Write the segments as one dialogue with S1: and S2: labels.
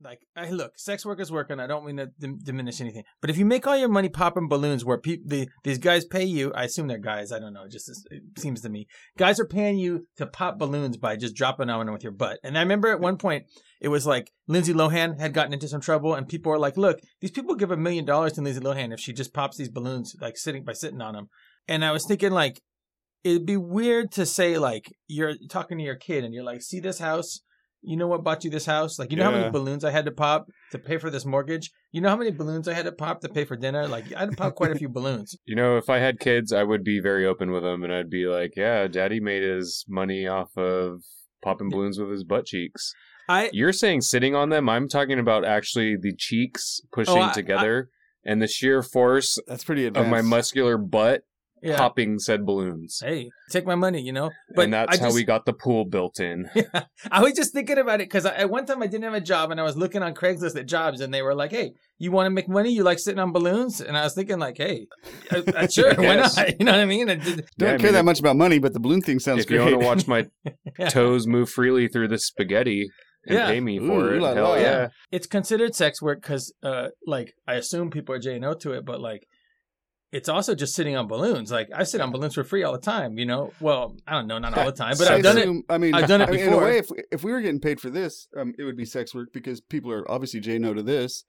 S1: like I look, sex workers work, and I don't mean to dim- diminish anything. But if you make all your money popping balloons, where peop the, these guys pay you, I assume they're guys. I don't know. It just is- it seems to me, guys are paying you to pop balloons by just dropping on them with your butt. And I remember at one point, it was like Lindsay Lohan had gotten into some trouble, and people are like, "Look, these people give a million dollars to Lindsay Lohan if she just pops these balloons like sitting by sitting on them." And I was thinking like, it'd be weird to say like you're talking to your kid and you're like, "See this house." you know what bought you this house? Like, you know how
S2: Yeah.
S1: many balloons I had to pop to pay for this mortgage? You know how many balloons I had to pop to pay for dinner? Like, I had to pop quite a few balloons.
S2: You know, if I had kids, I would be very open with them, and I'd be like, "Yeah, Daddy made his money off of popping balloons with his butt cheeks."
S1: I,
S2: You're saying sitting on them. I'm talking about actually the cheeks pushing
S1: Oh, I- I-
S2: together and the sheer force
S3: That's pretty
S2: of
S3: advanced.
S2: my muscular butt
S1: yeah.
S2: popping said balloons.
S1: Hey, take my money, you know? But
S2: and that's
S1: I
S2: how
S1: just-
S2: we got the pool built in.
S1: I was just thinking about it because at one time I didn't have a job and I was looking on Craigslist at jobs and they were like, "Hey, you want to make money? You like sitting on balloons?" And I was thinking like, "Hey, uh, uh, sure, why
S2: Yes.
S1: not? You know what I mean?" And did-
S3: Don't
S2: Yeah, I
S3: care
S2: mean,
S3: that much about money, but the balloon thing sounds
S2: if you want
S3: great.
S2: to watch my
S1: yeah.
S2: toes move freely through the spaghetti and
S1: Yeah.
S2: pay me
S3: Ooh,
S2: for it,
S3: la
S2: hell
S3: la.
S2: yeah.
S1: it's considered sex work because, uh, like, I assume people are J and O to it, but like, it's also just sitting on balloons. Like, I sit on balloons for free all the time. You know, well, I don't know, not all the time, but I've
S3: Sex
S1: done it.
S3: room- I mean,
S1: I've done it
S3: I mean,
S1: before.
S3: In a way, if, if we were getting paid for this, um, it would be sex work because people are obviously J no to this.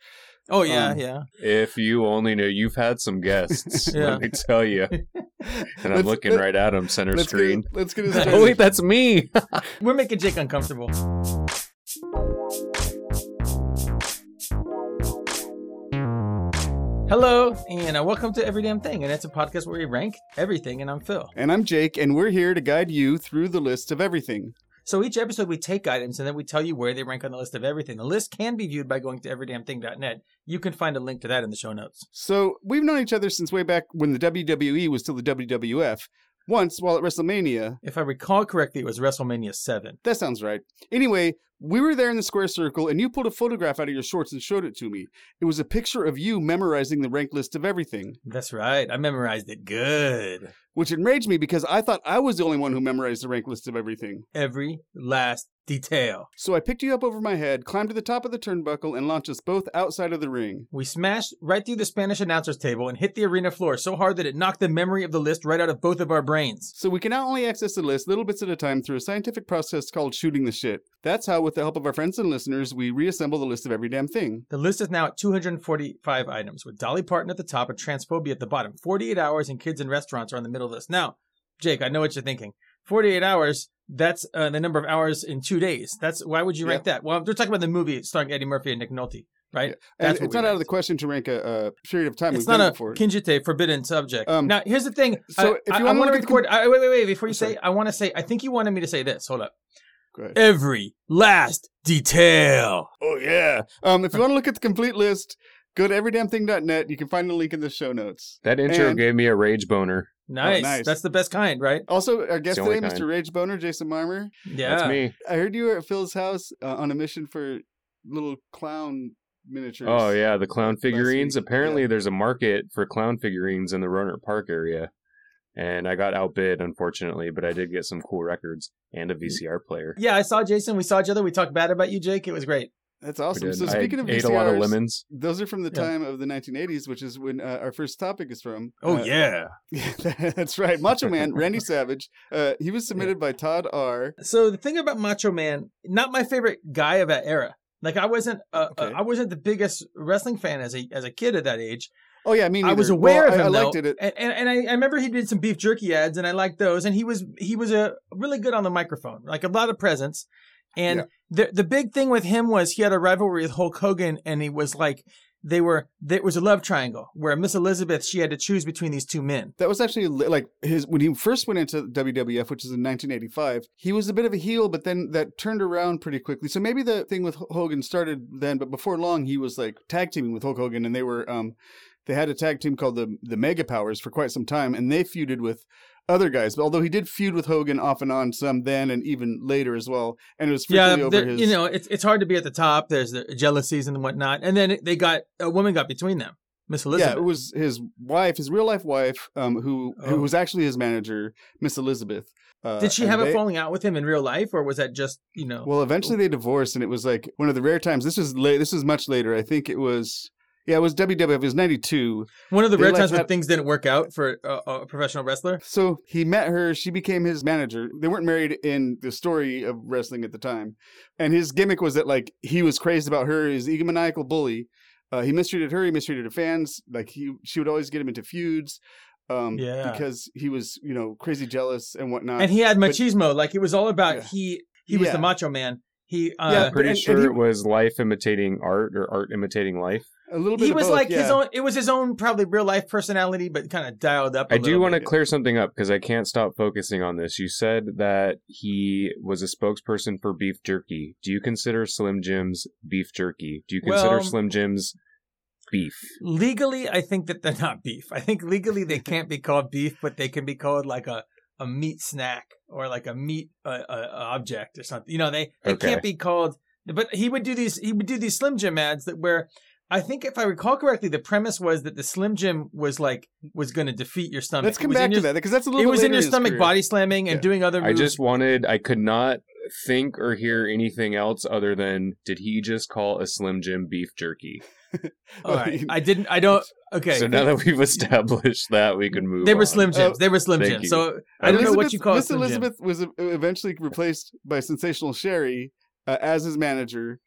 S1: Oh yeah,
S3: Um,
S1: yeah.
S2: If you only knew, you've had some guests.
S1: Yeah.
S2: Let me tell you. And I'm
S3: Let's-
S2: looking
S3: let-
S2: right at him, center
S3: Let's
S2: screen.
S3: get, let's get
S2: Oh wait,
S3: this.
S2: that's me.
S1: We're making Jake uncomfortable. Hello, and uh, welcome to Every Damn Thing, and it's a podcast where we rank everything, and I'm Phil.
S3: and I'm Jake, and we're here to guide you through the list of everything.
S1: So each episode, we take items and then we tell you where they rank on the list of everything. The list can be viewed by going to everydamnthing.net. You can find a link to that in the show notes.
S3: So we've known each other since way back when the WWE was still the WWF. Once, while at WrestleMania,
S1: If I recall correctly, it was WrestleMania 7.
S3: That sounds right. Anyway, we were there in the square circle, and you pulled a photograph out of your shorts and showed it to me. It was a picture of you memorizing the rank list of everything,
S1: That's right. I memorized it good.
S3: which enraged me because I thought I was the only one who memorized the rank list of everything.
S1: Every last detail.
S3: So I picked you up over my head, climbed to the top of the turnbuckle, and launched us both outside of the ring.
S1: We smashed right through the Spanish announcer's table and hit the arena floor so hard that it knocked the memory of the list right out of both of our brains.
S3: So we can now only access the list little bits at a time through a scientific process called shooting the shit. That's how, with the help of our friends and listeners, we reassemble the list of every damn thing.
S1: The list is now at 245 items, with Dolly Parton at the top and transphobia at the bottom. 48 hours and kids in restaurants are in the middle of this. Now, Jake, I know what you're thinking. 48 hours, that's uh, the number of hours in two days. That's Why would you rank that? Well, we're talking about the movie starring Eddie Murphy and Nick Nolte, right?
S3: And
S1: That's what
S3: it's
S1: we
S3: not out of
S1: ranked.
S3: the question to rank a, a period of time.
S1: It's
S3: We've done
S1: not a
S3: it before.
S1: kinjite forbidden subject.
S3: Um,
S1: now, here's the thing.
S3: so
S1: I,
S3: if
S1: I-
S3: you
S1: I
S3: wanna
S1: want
S3: look
S1: to
S3: at the
S1: record. I, wait, wait, wait. Before you
S3: Sorry.
S1: say, I want to say. I think you wanted me to say this. Hold up.
S3: Go ahead.
S1: Every last detail.
S3: Oh yeah. Um, if you want to look at the complete list, go to everydamnthing.net. You can find the link in the show notes.
S2: That intro
S3: And-
S2: gave me a rage boner.
S1: Nice.
S3: Oh, nice.
S1: That's the best kind, right?
S3: Also, our guest
S2: the only
S3: today,
S2: kind.
S3: Mr. Rage Boner, Jason Marmer.
S1: Yeah.
S2: That's me.
S3: I heard you were at Phil's house uh, on a mission for little clown miniatures.
S2: Oh yeah, the clown
S3: Last
S2: figurines.
S3: week,
S2: Apparently,
S3: yeah.
S2: there's a market for clown figurines in the Roner Park area, and I got outbid, unfortunately. But I did get some cool records and a VCR player.
S1: Yeah, I saw Jason. We saw each other. We talked bad about you, Jake. It was great.
S3: that's
S2: We
S3: awesome.
S2: did.
S3: So
S2: I
S3: speaking of
S2: ate a lot of
S3: VCRs,
S2: lemons.
S3: Those are from the
S1: Yeah.
S3: time of the 1980s, which is when uh, our first topic is from. Uh,
S1: Oh, yeah.
S3: that's right. Macho Man, Randy Savage. Uh, he was submitted by Todd R.
S1: So the thing about Macho Man, not my favorite guy of that era. Like I wasn't, uh, uh,
S3: Okay.
S1: I wasn't the biggest wrestling fan as a as a kid at that age.
S3: Oh yeah, me
S1: I
S3: neither.
S1: was
S3: Well,
S1: aware of
S3: I-
S1: him
S3: I
S1: though,
S3: liked it. at-
S1: and, and, and I, I remember he did some beef jerky ads, and I liked those. And he was he was a really good on the microphone, like a lot of presence. And
S3: Yeah.
S1: the the big thing with him was he had a rivalry with Hulk Hogan, and he was like they were it was a love triangle where Miss Elizabeth she had to choose between these two men.
S3: That was actually li- like his when he first went into WWF, which is in 1985. He was a bit of a heel, but then that turned around pretty quickly. So maybe the thing with H- Hogan started then, but before long he was like tag teaming with Hulk Hogan, and they were um they had a tag team called the the Mega Powers for quite some time, and they feuded with other guys. Although he did feud with Hogan off and on some then and even later as well, and it was
S1: Yeah,
S3: frequently over
S1: there-
S3: his
S1: you know it's it's hard to be at the top. There's the jealousies and whatnot, and then they got a woman got between them. Miss
S3: Yeah,
S1: Elizabeth.
S3: it was his wife, his real life wife, um, who
S1: Oh.
S3: who was actually his manager, Miss Elizabeth. Uh,
S1: Did she
S3: and
S1: have a
S3: they-
S1: falling out with him in real life, or was that just you know?
S3: Well, eventually they divorced, and it was like one of the rare times. This was late. This was much later. I think it was. Yeah, it was WWF. It was '92.
S1: One of the
S3: They
S1: rare
S3: like
S1: times when
S3: have-
S1: things didn't work out for a, a professional wrestler.
S3: So he met her. She became his manager. They weren't married in the story of wrestling at the time, and his gimmick was that like he was crazed about her. His egomaniacal bully. Uh, he mistreated her. He mistreated her fans. Like he, she would always get him into feuds. Um,
S1: Yeah.
S3: because he was you know crazy jealous and whatnot.
S1: And he had
S3: Uh, but-
S1: machismo. like it was all about
S3: Yeah.
S1: he he was
S3: Yeah.
S1: the macho man. He uh,
S3: Yeah,
S2: Pretty
S3: and- and
S2: sure
S3: he-
S2: it was life imitating art or art imitating life.
S3: a little bit.
S1: he
S3: of
S1: was
S3: both,
S1: like his
S3: yeah.
S1: own. It was his own probably real life personality, but kind of dialed up. I
S2: I do want to
S3: bit.
S2: clear something up because I can't stop focusing on this. You said that he was a spokesperson for beef jerky. Do you consider Slim Jim's beef jerky? Do you consider
S1: Well-
S2: Slim Jim's beef?
S1: legally. I think that they're not beef. I think legally they can't be called beef, but they can be called like a a meat snack or like a meat uh, uh, object or something. You know, they they
S2: Okay.
S1: can't be called. But he would do these. He would do these Slim Jim ads that where. I think if I recall correctly, the premise was that the Slim Jim was like was going to defeat your stomach.
S3: Let's
S1: It
S3: come
S1: was in
S3: back
S1: your-
S3: to that because that's a little.
S1: It
S3: bit
S1: was in
S3: later
S1: your
S3: his
S1: stomach,
S3: career.
S1: body slamming and
S3: Yeah.
S1: doing other.
S2: I
S1: Moves.
S2: just wanted, I could not think or hear anything else other than did he just call a Slim Jim beef jerky?
S1: All right. I didn't. I don't. Okay.
S2: So now that we've established that, we can move
S1: They were
S2: on.
S1: Slim Jims.
S3: Oh,
S1: they were Slim
S2: thank
S1: Jims.
S2: you.
S1: So I don't know what you call it.
S3: Miss
S1: Slim Jim.
S3: Elizabeth was uh, eventually replaced by Sensational Sherry uh, as his manager.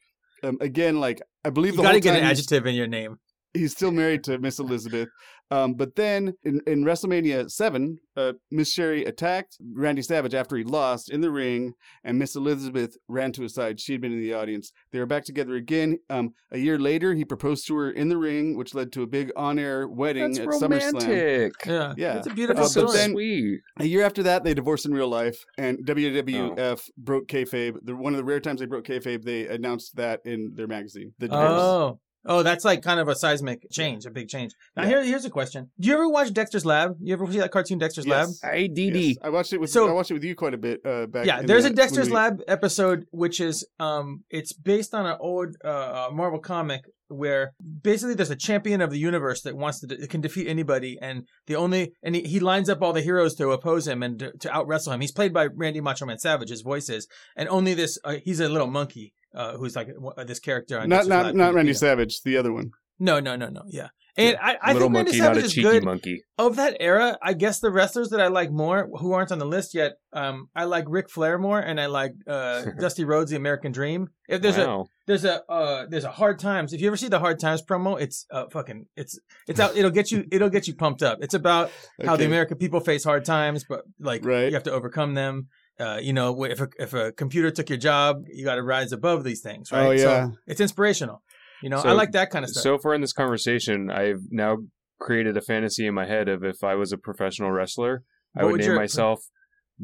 S3: Um, again, like I believe
S1: You
S3: the
S1: got to
S3: whole
S1: get
S3: time
S1: an
S3: he's-
S1: adjective in your name.
S3: he's still married to Miss Elizabeth. Um, but then in, in WrestleMania 7, uh, Miss Sherry attacked Randy Savage after he lost in the ring, and Miss Elizabeth ran to his side. She had been in the audience. They were back together again. Um, a year later, he proposed to her in the ring, which led to a big on air wedding
S2: That's
S3: at SummerSlam.
S2: romantic.
S1: Yeah.
S3: Yeah.
S1: It's a
S2: That's
S1: beautiful
S3: Uh,
S2: so
S3: but
S1: story.
S3: then-
S2: sweet.
S3: A year after that, they divorced in real life,
S1: Oh.
S3: and WWF broke kayfabe. The, one of the rare times they broke kayfabe, they announced that in their magazine. The divorce.
S1: oh. Oh, that's like kind of a seismic change, a big change. Now
S3: Yeah.
S1: here, here's a question. Do you ever watch Dexter's Lab? You ever see that cartoon Dexter's Lab?
S3: Yes.
S2: Hey, Dee
S3: Yes. I watched it with
S1: So-
S3: I watched it with you quite a bit uh, back.
S1: yeah
S3: in
S1: there's
S3: the-
S1: a dexter's
S3: when we-
S1: lab episode which is um it's based on an old uh, marvel comic where basically there's a champion of the universe that wants to that can defeat anybody and the only and he, he lines up all the heroes to oppose him and to, to out wrestle him he's played by randy macho man savage his voice is and only this uh, he's a little monkey uh, who's like uh, this character on
S3: Not
S1: Dexter's
S3: not
S1: Lab
S3: not
S1: can
S3: Randy
S1: defeat him.
S3: Savage, the other one.
S1: no no no no yeah and I, I
S2: Little
S1: think Randy
S2: monkey,
S1: Savage
S2: not a
S1: is
S2: cheeky
S1: good
S2: monkey.
S1: of that era, I guess the wrestlers that I like more, who aren't on the list yet, um, I like Ric Flair more, and I like uh, Dusty Rhodes, The American Dream. If there's a
S2: wow.
S1: there's a uh, there's a Hard Times. If you ever see the Hard Times promo, it's uh, fucking it's it's out. It'll get you it'll get you pumped up. It's about how the
S3: Okay.
S1: American people face hard times, but like
S3: Right.
S1: you have to overcome them. Uh, you know, if a, if a computer took your job, you got to rise above these things, right?
S3: Oh, yeah.
S1: So it's inspirational. You know,
S2: So-
S1: I like that kind of stuff.
S2: so far in this conversation, I've now created a fantasy in my head of if I was a professional wrestler, I
S1: What
S2: would,
S1: would
S2: name
S1: your-
S2: myself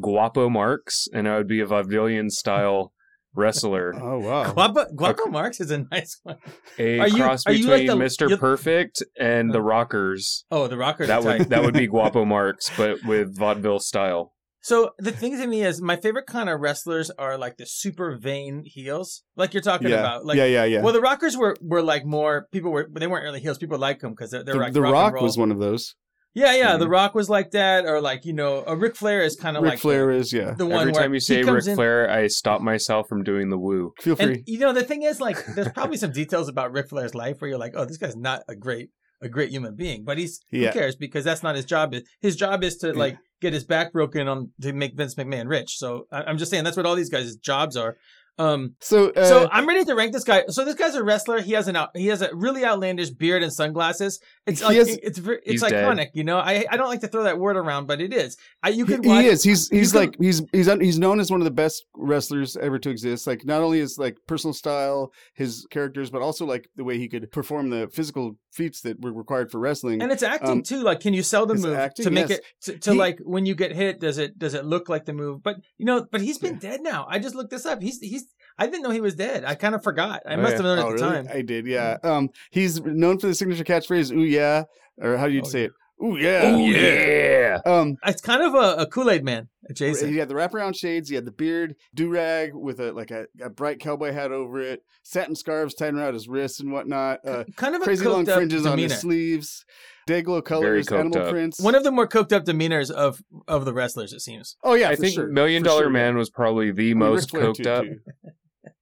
S2: Guapo Marks, and I would be a vaudevillian style wrestler,
S3: Oh wow.
S1: Guapo, Guapo Marx is a nice one.
S2: a
S1: Are you-
S2: cross
S1: are you like
S2: between
S1: the-
S2: Mister
S1: you're-
S2: Perfect and the Rockers.
S1: Oh, the rockers.
S2: That
S1: are tight.
S2: would that would be Guapo Marks, but with vaudeville style.
S1: So the thing to me is, my favorite kind of wrestlers are like the super vain heels, like you're talking
S3: yeah.
S1: about. Like,
S3: yeah, yeah, yeah.
S1: well, the Rockers were were like more people were they weren't really heels. People liked them because they're, they're
S3: the,
S1: like
S3: The
S1: rock, and
S3: Rock
S1: roll.
S3: was one of those.
S1: Yeah, yeah,
S2: Mhm.
S1: the Rock was like that, or like you know, a Ric Flair is kind of
S3: Ric
S1: like
S3: Flair is yeah.
S1: the one
S2: Every
S1: where
S2: time you
S1: he
S2: say
S1: comes
S2: Ric
S1: in-
S2: Flair, I stop myself from doing the woo.
S3: Feel free.
S1: And you know, the thing is, like, there's probably some details about Ric Flair's life where you're like, oh, this guy's not a great a great human being, but he's
S3: Yeah.
S1: who cares because that's not his job. His job is to like get his back broken on to make Vince McMahon rich. So I- I'm just saying that's what all these guys' jobs are. Um,
S3: so uh,
S1: so I'm ready to rank this guy. So this guy's a wrestler. He has an out, he has a really outlandish beard and sunglasses. It's
S3: He
S1: like
S3: has-
S1: it- it's ver-
S2: He's
S1: it's
S2: dead.
S1: iconic. You know, I I don't like to throw that word around, but it is. I, you
S3: he,
S1: can
S3: he
S1: watch.
S3: is. He's he's
S1: can-
S3: like he's he's un, he's known as one of the best wrestlers ever to exist. Like not only his like personal style, his characters, but also like the way he could perform the physical feats that were required for wrestling.
S1: and it's acting
S3: Um,
S1: too like can you sell the
S3: his
S1: move
S3: acting,
S1: to make
S3: yes.
S1: it to, to
S3: He-
S1: like when you get hit does it does it look like the move but you know but he's been dead now i just looked this up he's he's i didn't know he was dead i kind of forgot i
S2: Oh,
S1: must
S2: yeah.
S1: have known
S3: oh,
S1: at the
S3: really?
S1: time
S3: I did, yeah. Um, he's known for the signature catchphrase "Ooh yeah," or how do you
S1: Oh,
S3: say it? Ooh yeah.
S2: yeah.
S3: Um,
S1: it's kind of a, a kool-aid man Adjacent.
S3: He had the wraparound shades. He had the beard, do rag with a like a, a bright cowboy hat over it, satin scarves tied around his wrists and whatnot, uh,
S1: kind of a
S3: crazy
S1: coked
S3: long
S1: up
S3: fringes on
S1: demeanor.
S3: his sleeves, dayglow colors,
S2: coked
S3: animal
S2: up.
S3: prints.
S1: One of the more coked up demeanors of of the wrestlers, it seems.
S3: oh yeah,
S2: I
S3: for
S2: think
S3: sure.
S2: Million
S3: For
S2: Dollar
S3: sure, yeah.
S2: Man was probably the
S3: I mean,
S2: most
S3: Ric Flair
S2: coked
S3: too,
S2: up.
S3: too.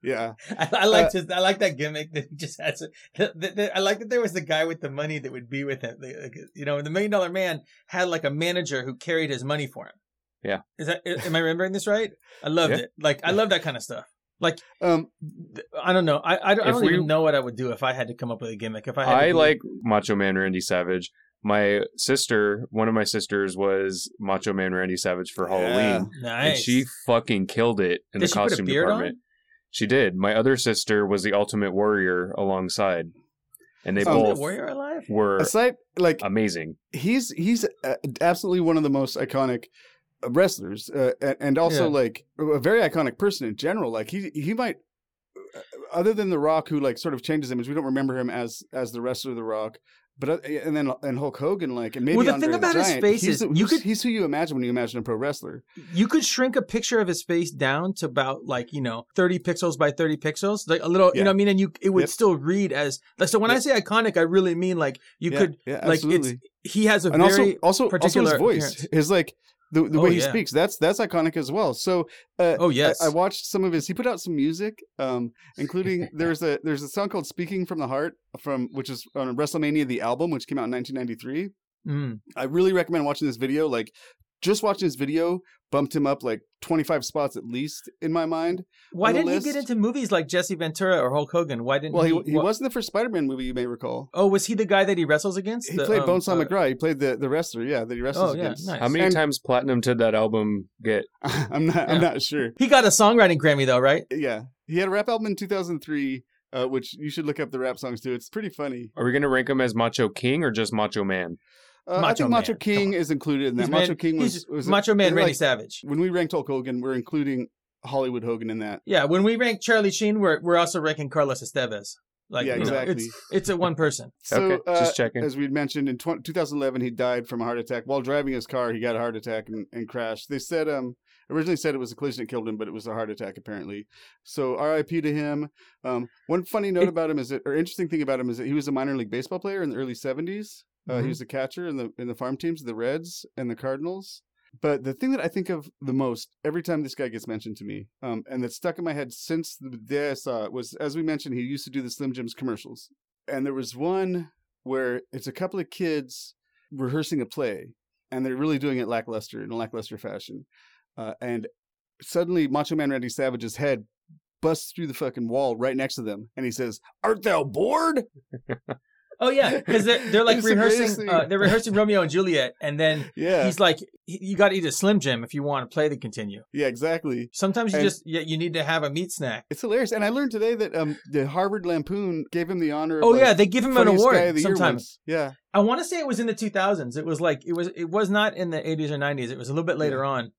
S3: Yeah,
S1: I, I
S2: Uh,
S1: liked his, I like that gimmick that he just has. The, the, the, I like that there was the guy with the money that would be with him. The- like, you know, the million dollar man had like a manager who carried his money for him.
S2: Yeah.
S1: Is that am I remembering this right? I loved
S2: Yeah.
S1: it. Like I love that kind of stuff.
S3: um,
S1: Th- I don't know. I I don't, I
S2: If
S1: don't
S2: we-
S1: even know what I would do if I had to come up with a gimmick. If I had to
S2: I
S1: be-
S2: like Macho Man Randy Savage. My sister, one of my sisters, was Macho Man Randy Savage for
S3: Yeah.
S2: Halloween,
S1: nice.
S2: and she fucking killed it in
S1: Did
S2: the
S1: she put a
S2: costume
S1: beard on?
S2: department. She did. My other sister was the Ultimate Warrior alongside, and they
S1: Is
S3: Um,
S1: Ultimate
S2: both
S1: warrior alive.
S2: were
S3: aside
S2: Uh,
S3: like
S2: amazing.
S3: he's he's uh, absolutely one of the most iconic wrestlers uh, and, and also
S1: Yeah.
S3: like a very iconic person in general like he he might uh, other than the rock who like sort of changes image we don't remember him as as the wrestler the rock but uh, and then and Hulk Hogan like and maybe
S1: Well, the
S3: Andre
S1: thing about his
S3: Giant,
S1: face
S3: he's
S1: is
S3: the-
S1: you
S3: he's-
S1: could-
S3: he's who you imagine when you imagine a pro wrestler
S1: You could shrink a picture of his face down to about like you know thirty pixels by thirty pixels, like a little. You
S3: Yeah.
S1: know what I mean? And you it would
S3: Yep.
S1: still read as. So when I
S3: Yep.
S1: say iconic, I really mean like you
S3: Yeah,
S1: could.
S3: yeah
S1: like, it's
S3: absolutely
S1: He has a
S3: and also
S1: very
S3: also also his
S1: particular
S3: voice
S1: appearance.
S3: is like the, the
S1: Oh,
S3: way he
S1: yeah.
S3: speaks that's that's iconic as well so uh,
S1: oh yes.
S3: I, I watched some of his. He put out some music, um, including there's a there's a song called "Speaking from the Heart" from which is on WrestleMania the album, which came out in 1993.
S1: Mm.
S3: I really recommend watching this video. Like, just watching this video bumped him up like 25 spots at least in my mind.
S1: Why
S3: on the
S1: didn't he
S3: list-
S1: get into movies like Jesse Ventura or Hulk Hogan? Why didn't
S3: Well,
S1: he?
S3: he he
S1: wha-
S3: was in the first Spider-Man movie, you may recall.
S1: Oh, was he the guy that he wrestles against?
S3: He
S1: The,
S3: played
S1: um,
S3: Bonesaw
S1: uh,
S3: McGraw. He played the, the wrestler, yeah, that he wrestles
S1: Oh, yeah,
S3: against.
S1: nice.
S2: How many
S3: And-
S2: times platinum did that album get?
S3: I'm not I'm
S1: Yeah.
S3: not sure.
S1: He got a songwriting Grammy though, right?
S3: Yeah, he had a rap album in 2003, uh, which you should look up the rap songs too. It's pretty funny.
S2: Are we going to rank him as Macho King or just Macho Man?
S3: Uh, I
S1: Macho
S3: think Macho
S1: Man, come
S3: King is included in that.
S1: He's
S3: Macho
S1: man-
S3: King was,
S1: he's
S3: was
S1: Macho Man
S3: like-
S1: Randy Savage.
S3: When we ranked Hulk Hogan, we're including Hollywood Hogan in that.
S1: Yeah, when we rank Charlie Sheen, we're we're also ranking Carlos Estevez. Like,
S3: yeah,
S1: you know,
S3: exactly.
S1: it's it's a one person.
S3: so,
S2: okay,
S3: uh,
S2: just checking.
S3: as we'd mentioned in tw- 2011, he died from a heart attack while driving his car. He got a heart attack and, and crashed. They said um originally said it was a collision that killed him, but it was a heart attack apparently. So R.I.P. to him. Um, one funny note
S1: It-
S3: about him is that, or interesting thing about him is that he was a minor league baseball player in the early 70s. Uh,
S1: Mhm.
S3: he was a catcher in the in the farm teams, the Reds and the Cardinals. But the thing that I think of the most every time this guy gets mentioned to me, um, and that's stuck in my head since the day I saw it, was as we mentioned, he used to do the Slim Jims commercials, and there was one where it's a couple of kids rehearsing a play, and they're really doing it lackluster in a lackluster fashion, uh, and suddenly Macho Man Randy Savage's head busts through the fucking wall right next to them, and he says, "Art thou bored?"
S1: Oh yeah, because they're, they're like
S3: It's the greatest
S1: rehearsing.
S3: thing.
S1: Uh, they're rehearsing Romeo and Juliet, and then
S3: Yeah,
S1: he's like, "You got to eat a Slim Jim if you want to play the continue."
S3: yeah, exactly.
S1: Sometimes you
S3: And-
S1: just yeah, you need to have a meat snack.
S3: It's hilarious, and I learned today that um, the Harvard Lampoon gave him the honor. Of,
S1: Oh
S3: like,
S1: yeah, they give him an
S3: funniest guy of
S1: award
S3: the year
S1: sometimes.
S3: once. Yeah,
S1: I want to say it was in the 2000s. It was like it was it was not in the 80s or 90s. It was a little bit later on.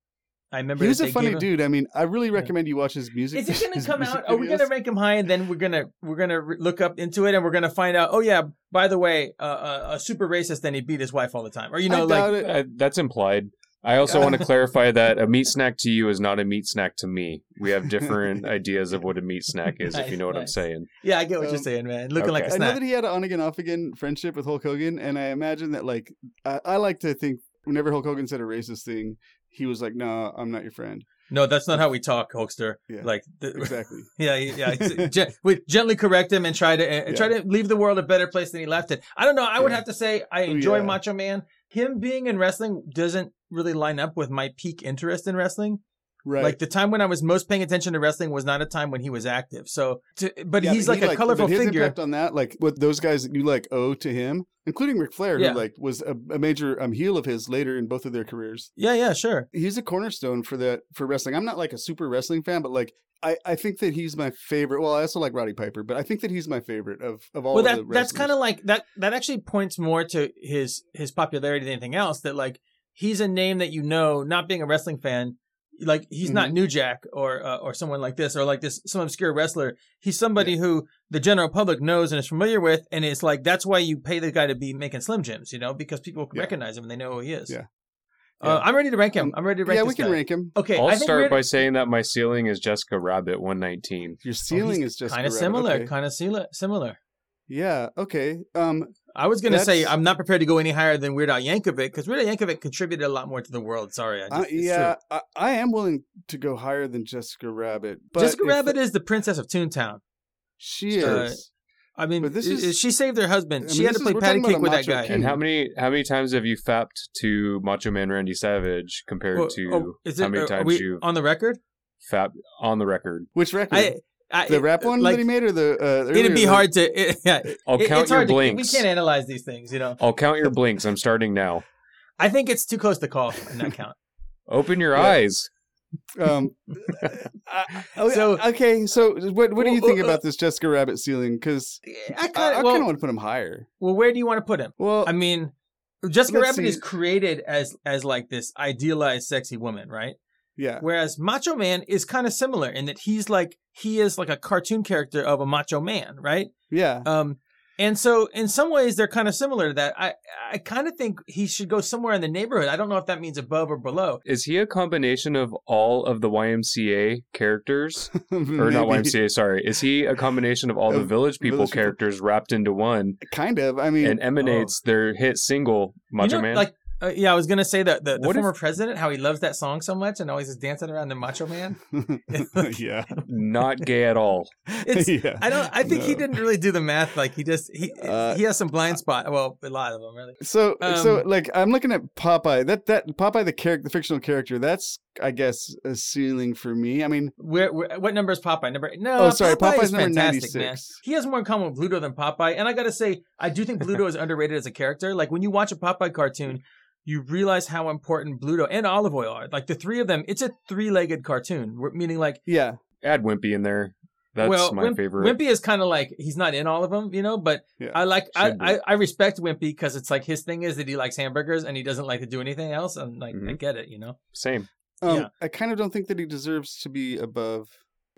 S1: I remember
S3: he was
S1: that
S3: a
S1: they
S3: funny
S1: gave him-
S3: dude. I mean, I really recommend you watch his
S1: Is
S3: music.
S1: it going
S3: his
S1: to come
S3: music
S1: out? Are we going
S3: videos.
S1: to rank him high, and then we're gonna we're gonna re- look up into it, and we're gonna find out? Oh yeah, by the way, uh, uh, a super racist, and he beat his wife all the time, or you
S3: I
S1: know,
S3: doubt
S1: like
S3: it.
S2: Uh, that's implied. I also want to clarify that a meat snack to you is not a meat snack to me. We have different ideas of what a meat snack is, if you
S1: Nice,
S2: know what I'm
S1: nice.
S2: saying.
S1: yeah, I get what you're
S3: Um,
S1: saying, man. Looking like a
S2: okay.
S3: I know
S1: snack.
S3: that he had an on again, off again friendship with Hulk Hogan, and I imagine that like I, I like to think whenever Hulk Hogan said a racist thing, he was like, "No, I'm not your friend."
S1: no, that's not how we talk, Hulkster.
S3: Yeah.
S1: Like, the,
S3: Exactly.
S1: yeah, yeah. yeah. Gen- we gently correct him and try to and
S3: Yeah.
S1: try to leave the world a better place than he left it. I don't know. I would
S3: Yeah.
S1: have to say I
S3: Oh,
S1: enjoy
S3: yeah.
S1: Macho Man. Him being in wrestling doesn't really line up with my peak interest in wrestling.
S3: right.
S1: Like the time when I was most paying attention to wrestling was not a time when he was active. So, to, but
S3: Yeah,
S1: he's
S3: but
S1: like
S3: he,
S1: a colorful
S3: but his
S1: figure.
S3: impact on that, like what those guys that you like owe to him, including Ric Flair,
S1: Yeah.
S3: who like was a, a major um, heel of his later in both of their careers.
S1: yeah, yeah, sure.
S3: he's a cornerstone for that for wrestling. I'm not like a super wrestling fan, but like I, I think that he's my favorite. Well, I also like Roddy Piper, but I think that he's my favorite of of all
S1: well,
S3: of
S1: that
S3: the
S1: that's kind
S3: of
S1: of like that. That actually points more to his his popularity than anything else. That like he's a name that you know, not being a wrestling fan. Like he's not
S3: Mm-hmm.
S1: New Jack or uh, or someone like this or like this some obscure wrestler. He's somebody who the general public knows and is familiar with, and it's like that's why you pay the guy to be making Slim Jims, you know, because people
S3: Yeah.
S1: recognize him and they know who he is.
S3: Yeah. Um,
S1: Uh, I'm ready to rank him. I'm ready to rank.
S3: yeah,
S1: this
S3: we can
S1: guy. Oh,
S3: rank him.
S1: Okay,
S2: I'll
S1: I think
S2: start
S1: we're-
S2: by saying that my ceiling is Jessica Rabbit 119.
S3: Your ceiling is just
S1: kind of
S3: Garrett,
S1: similar.
S3: okay.
S1: Kind of similar. Similar.
S3: Yeah. Okay. Um.
S1: I was gonna say
S3: That's-
S1: I'm not prepared to go any higher than Weird Al Yankovic because Weird Al Yankovic contributed a lot more to the world. Sorry, I
S3: I,
S1: just, it's
S3: Uh, yeah.
S1: true.
S3: I, I am willing to go higher than Jessica Rabbit. But
S1: Jessica
S3: if-
S1: Rabbit is the princess of Toontown.
S3: She is.
S1: Uh, I mean,
S3: But this
S1: i-
S3: is-
S1: i- she saved her husband.
S3: I
S1: she
S3: mean,
S1: had
S3: this
S1: to
S3: is-
S1: play
S3: we're
S1: patty
S3: talking
S1: cake
S3: about a
S1: with that
S3: macho
S1: guy.
S3: king.
S2: And how many how many times have you fapped to Macho Man Randy Savage compared
S1: Well,
S2: to
S1: oh, is it,
S2: how many
S1: are- are
S2: times
S1: we
S2: you
S1: on the record?
S2: fapped on the record?
S3: Which record?
S1: I, I,
S3: the rap one
S1: Uh, like,
S3: that he made, or the uh,
S1: It'd be
S3: earlier
S1: hard to. It, yeah,
S2: I'll
S1: It-
S2: Oh, count
S1: it's
S2: your
S1: hard to-
S2: blinks.
S1: we can't analyze these things, you know.
S2: I'll count your blinks. I'm starting now.
S1: I think it's too close to call in that count.
S2: Open your
S3: Yeah.
S2: eyes.
S3: than- Um, I- I-
S1: So-
S3: okay, so what what do you
S1: Well,
S3: think
S1: uh,
S3: about this Jessica Rabbit ceiling? Because
S1: I
S3: I,
S1: kind
S3: I
S1: of.
S3: kind of
S1: Well,
S3: want to put him higher.
S1: well, where do you want to put him?
S3: Well,
S1: I mean, Jessica
S3: Let's
S1: Rabbit is
S3: see.
S1: created as as like this idealized sexy woman, right?
S3: yeah,
S1: Whereas Macho Man is kind of similar in that he's like he is like a cartoon character of a macho man, right?
S3: yeah.
S1: Um, and so in some ways they're kind of similar to that. I I kind of think he should go somewhere in the neighborhood. I don't know if that means above or below.
S2: Is he a combination of all of the YMCA characters? Or not
S3: Maybe.
S2: YMCA, sorry. Is he a combination of all the
S3: Of
S2: Village People
S3: Village People.
S2: characters wrapped into one
S3: Kind of. I mean,
S2: and emanates their hit single,
S1: You
S2: Macho
S1: know,
S2: Man?
S1: Like, uh, yeah, I was gonna say that the, the
S2: What if-
S1: former president, how he loves that song so much, and always is dancing around the Macho Man.
S3: yeah,
S2: Not gay at all.
S1: It's
S3: yeah.
S1: I don't. I think he
S3: No.
S1: didn't really do the math. Like he just he
S3: Uh,
S1: he has some blind spot. Well, a lot of them really.
S3: So, so
S1: Um,
S3: like, I'm looking at Popeye. That that Popeye, the character, the fictional character. That's, I guess, a ceiling for me. I mean,
S1: Where, where what number is Popeye? Number no.
S3: oh, sorry,
S1: Popeye
S3: Popeye's
S1: is
S3: number ninety
S1: fantastic, man.
S3: six.
S1: He has more in common with Bluto than Popeye, and I gotta say, I do think Bluto is underrated as a character. Like when you watch a Popeye cartoon, you realize how important Bluto and Olive Oil are. Like the three of them, it's a three-legged cartoon, where- meaning like
S3: Yeah,
S2: Add Wimpy in there. That's
S1: well,
S2: my
S1: Wimp-
S2: favorite.
S1: Wimpy is kind of like he's not in all of them, you know. But
S3: Yeah,
S1: I like I,
S2: should be.
S1: I I respect Wimpy because it's like his thing is that he likes hamburgers and he doesn't like to do anything else. And like I
S2: Mhm.
S1: get it, you know.
S2: Same.
S3: um,
S1: Yeah.
S3: I kind of don't think that he deserves to be above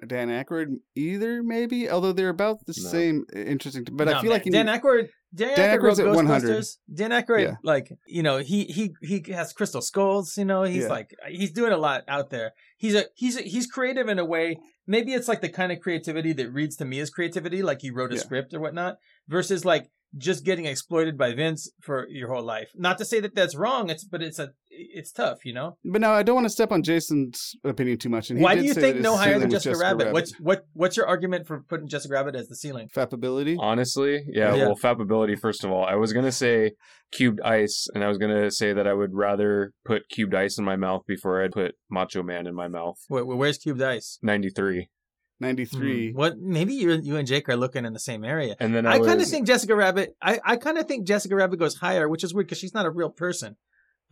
S3: Dan Aykroyd either. Maybe, although they're about the
S2: No.
S3: same. Interesting, but I
S1: No,
S3: feel
S1: man.
S3: like he
S1: Dan Aykroyd. Dan,
S3: Dan
S1: Aykroyd wrote
S3: Aykroyd's at 100.
S1: Ghostbusters. Dan Aykroyd,
S3: Yeah.
S1: like you know, he he he has crystal skulls. You know, he's
S3: Yeah.
S1: like he's doing a lot out there. He's a he's a, he's creative in a way. Maybe it's like the kind of creativity that reads to me as creativity, like he wrote a
S3: Yeah.
S1: script or whatnot, versus like just getting exploited by Vince for your whole life. Not to say that that's wrong. It's but it's a it's tough, you know.
S3: But now I don't want to step on Jason's opinion too much. And he
S1: Why
S3: did
S1: do you
S3: say
S1: think
S3: that
S1: no
S3: his
S1: higher
S3: ceiling
S1: than
S3: was
S1: Jessica, Rabbit? What's what what's your argument for putting Jessica Rabbit as the ceiling?
S3: fappability?
S2: Honestly, yeah,
S1: Yeah.
S2: Well, fappability first of all. I was gonna say cubed ice, and I was gonna say that I would rather put cubed ice in my mouth before I'd put Macho Man in my mouth.
S1: Wait, where's cubed ice?
S2: Ninety three,
S3: Ninety three.
S1: Hmm. What? Maybe you and- you and Jake are looking in the same area.
S2: and then I,
S1: I kind of
S2: was-
S1: think Jessica Rabbit. I, I kind of think Jessica Rabbit goes higher, which is weird because she's not a real person.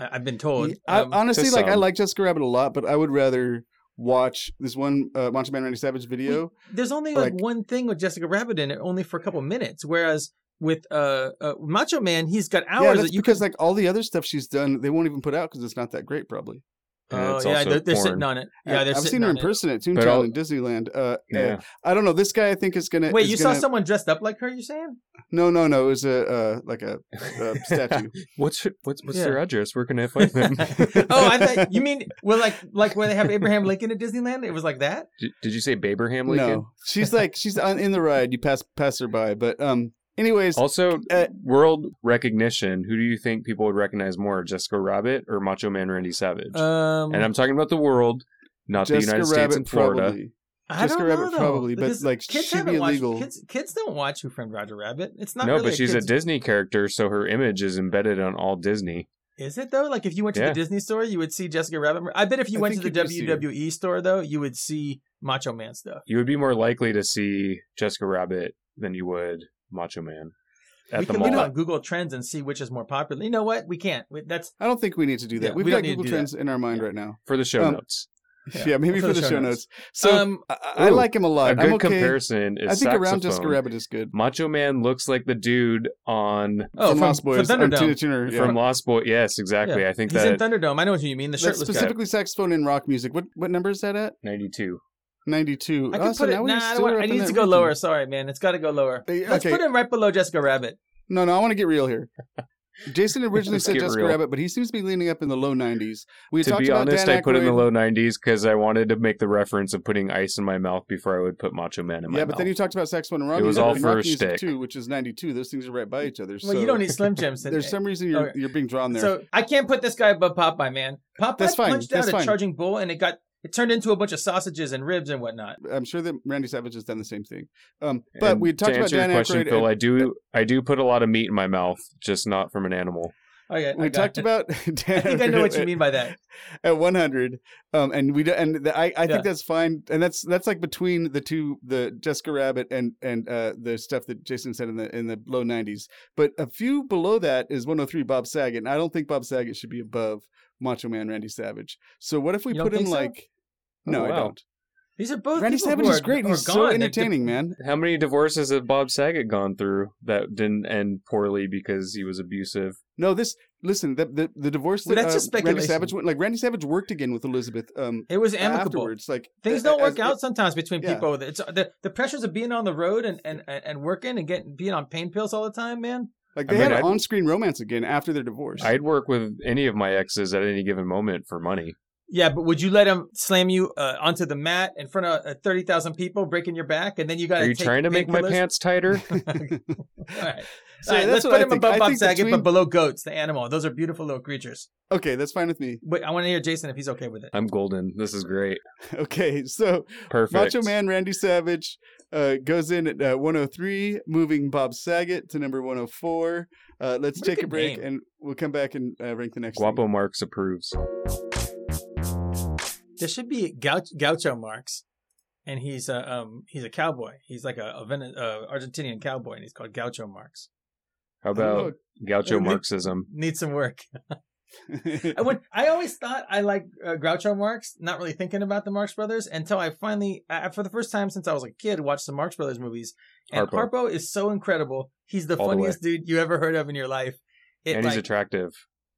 S1: I, I've been told.
S3: Yeah, I,
S1: Um,
S3: honestly,
S2: to
S3: like I
S2: some.
S3: like Jessica Rabbit a lot, but I would rather watch this one uh, Macho Man Randy Savage video.
S1: there's only like,
S3: like-
S1: one thing with Jessica Rabbit in it, only for a couple minutes. Whereas with uh, uh Macho Man, he's got hours
S3: yeah, that's
S1: that you
S3: because
S1: can.
S3: like all the other stuff she's done, they won't even put out because it's not that great, probably.
S2: and
S1: oh
S2: it's
S1: yeah,
S2: also
S1: they're, they're
S2: porn.
S1: sitting on it. Yeah,
S3: I-
S1: they're
S3: I've
S1: sitting
S3: seen her
S1: on
S3: in person at
S2: But I'll-
S3: Toontown in Disneyland. Uh,
S2: Yeah,
S3: uh, I don't know. This guy, I think, is gonna.
S1: It. Wait,
S3: is
S1: you
S3: gonna,
S1: saw someone dressed up like her? You saying?
S3: No, no, no. It was a uh, like a, a uh, statue.
S2: what's what's what's
S1: Yeah.
S2: their address? Where can I find them?
S1: oh, I thought you mean well, like like where they have Abraham Lincoln at Disneyland. It was like that.
S2: did, did you say Baberham Lincoln?
S3: No, she's like she's on, in the ride. You pass pass her by, but um. Anyways,
S2: Also,
S3: Uh,
S2: world recognition. Who do you think people would recognize more, Jessica Rabbit or Macho Man Randy Savage?
S1: Um,
S2: and I'm talking about the world, not
S3: Jessica
S2: the United States
S3: Rabbit
S2: and Florida.
S3: probably.
S1: I
S3: Jessica
S1: don't
S3: Rabbit
S1: know, though,
S3: probably, but,
S1: because
S3: like,
S1: kids
S3: she'd be
S1: haven't watched-
S3: illegal.
S1: Kids, kids don't watch Who Framed Roger Rabbit. It's not
S2: no,
S1: really
S2: but she's a
S1: kid's-
S2: Disney character, so her image is embedded on all Disney.
S1: Is it though? Like if you went to
S2: Yeah.
S1: the Disney store, you would see Jessica Rabbit. I bet if you
S3: I
S1: went to
S3: think
S1: the
S3: you do see her.
S1: WWE store though, you would see Macho Man stuff.
S2: You would be more likely to see Jessica Rabbit than you would Macho Man at
S1: we
S2: the
S1: can
S2: mall.
S1: look on Google Trends and see which is more popular. You know what? We can't. We, that's
S3: I don't think we need to do that.
S1: Yeah,
S3: We've
S1: we don't need
S3: got
S1: to
S3: Google
S1: do that.
S3: Trends in our mind
S1: Yeah.
S3: right now.
S2: for the show
S3: Um,
S2: notes.
S1: Yeah.
S3: Yeah, maybe for, the show notes. So
S1: um,
S3: I, I
S2: Ooh,
S3: like him a lot.
S2: A good
S3: I'm okay.
S2: comparison is
S3: I think
S2: saxophone.
S3: around Jessica Rabbit is good.
S2: Macho Man looks like the dude on
S1: oh,
S3: from,
S1: from,
S3: Lost Boys.
S1: from
S3: um,
S1: Thunderdome.
S3: Tina Turner. yeah.
S2: from Lost Boy. Yes, exactly. I think
S1: He's in
S2: that
S1: Thunderdome. I know what you mean. The
S3: That's
S1: shirtless guy.
S3: specifically saxophone and rock music. What what number is that at? Oh,
S2: 92.
S3: Ninety two.
S1: I can put it. Nah, I, don't want, I need to go lower. Sorry, man. It's got to go lower.
S3: Hey,
S1: Let's
S3: okay.
S1: put him right below Jessica Rabbit.
S3: No, no, I want to get real here. Jason originally
S2: Let's
S3: said
S2: get
S3: Jessica
S2: real.
S3: Rabbit, but he seems to be leaning up in the low 90s. We
S2: to
S3: talked
S2: be
S3: about
S2: honest,
S3: Dan
S2: I put it in the
S3: Aykroyd.
S2: low 90s because I wanted to make the reference of putting ice in my mouth before I would put Macho Man in my
S3: Yeah,
S2: mouth.
S3: but then you talked about Sax One and Rock.
S2: It was
S3: music,
S2: all
S3: and
S2: for
S3: rock
S2: a
S3: music
S2: shtick.
S3: too, which is 92. Those things are right by each other.
S1: Well,
S3: so
S1: you don't need Slim Jims.
S3: There's some reason you're,
S1: Okay.
S3: you're being drawn there.
S1: So I can't put this guy above Popeye, man. Popeye
S3: That's fine.
S1: punched
S3: That's
S1: out
S3: fine.
S1: a charging bull, and it got it turned into a bunch of sausages and ribs and whatnot.
S3: I'm sure that Randy Savage has done the same thing. Um, but
S2: And
S3: we talked
S2: to
S3: about
S2: answer your
S3: Dan
S2: question,
S3: Aykroyd.
S2: Phil,
S3: and
S2: I do I do put a lot of meat in my mouth, just not from an animal.
S1: Oh yeah,
S3: we
S1: I got
S3: talked
S1: it.
S3: about Dan.
S1: I think I know what
S3: Aykroyd
S1: you mean by that.
S3: At 100, um, and we do, and the, I I
S1: Yeah.
S3: think that's fine, and that's that's like between the two, the Jessica Rabbit and and uh, the stuff that Jason said in the in the low 90s. But a few below that is 103 Bob Saget, and I don't think Bob Saget should be above Macho Man Randy Savage. So what if we
S1: You don't
S3: put him
S1: think so?
S3: like?
S2: Oh,
S3: No, I
S2: wow.
S3: don't.
S1: These are both
S3: Randy
S1: people
S3: Savage
S1: who
S3: is
S1: are-
S3: great.
S1: are
S3: He's so
S1: gone. They-
S3: entertaining, man.
S2: How many divorces have Bob Saget gone through that didn't end poorly because he was abusive?
S3: No, this listen. The the, the divorce
S1: Well,
S3: that
S1: that's
S3: uh,
S1: just
S3: Randy
S1: speculation.
S3: Savage went like Randy Savage worked again with Elizabeth. Um,
S1: It was amicable.
S3: afterwards, like
S1: Things
S3: a-
S1: don't
S3: a-
S1: work
S3: as-
S1: out sometimes between
S3: Yeah.
S1: people. It's the the pressures of being on the road and and and and working and getting being on pain pills all the time, man.
S3: Like
S2: I
S3: they
S2: mean,
S3: had
S2: I'd-
S3: on-screen romance again after their divorce.
S2: I'd work with any of my exes at any given moment for money.
S1: Yeah, but would you let him slam you uh, onto the mat in front of uh, thirty thousand people, breaking your back, and then you got
S2: Are you trying to make my pants tighter?
S1: All right.
S3: So
S1: All right,
S3: that's
S1: let's
S3: what
S1: put
S3: I
S1: him
S3: think. I
S1: above Bob
S3: think
S1: Saget,
S3: between-
S1: but below goats, the animal. Those are beautiful little creatures.
S3: Okay, that's fine with me.
S1: But I want to hear Jason if he's okay with it.
S2: I'm golden. This is great.
S3: Okay, so
S2: Perfect.
S3: Macho Man Randy Savage uh, goes in at uh, 103, moving Bob Saget to number 104. Uh, let's
S1: What a
S3: take a
S1: good
S3: break
S1: name.
S3: and we'll come back and uh, rank the next. thing.
S2: Guapo Marx approves.
S1: There should be Gauch- Gaucho Marx, and he's a um he's a cowboy. He's like a, a Vene- uh, Argentinian cowboy, and he's called Gaucho Marx.
S2: How
S3: I don't
S2: about gaucho
S1: Uh, Nick-
S2: Marxism?
S1: Needs some work.
S3: know.
S1: I when I always thought I liked uh, Groucho Marx, not really thinking about the Marx Brothers until I finally, I, I- for the first time since I was a kid, watched some Marx Brothers movies. And
S2: Harpo.
S1: Harpo, is so incredible. He's the
S2: All the way.
S1: funniest dude you ever heard of in your life. It,
S2: and he's
S1: like-
S2: attractive.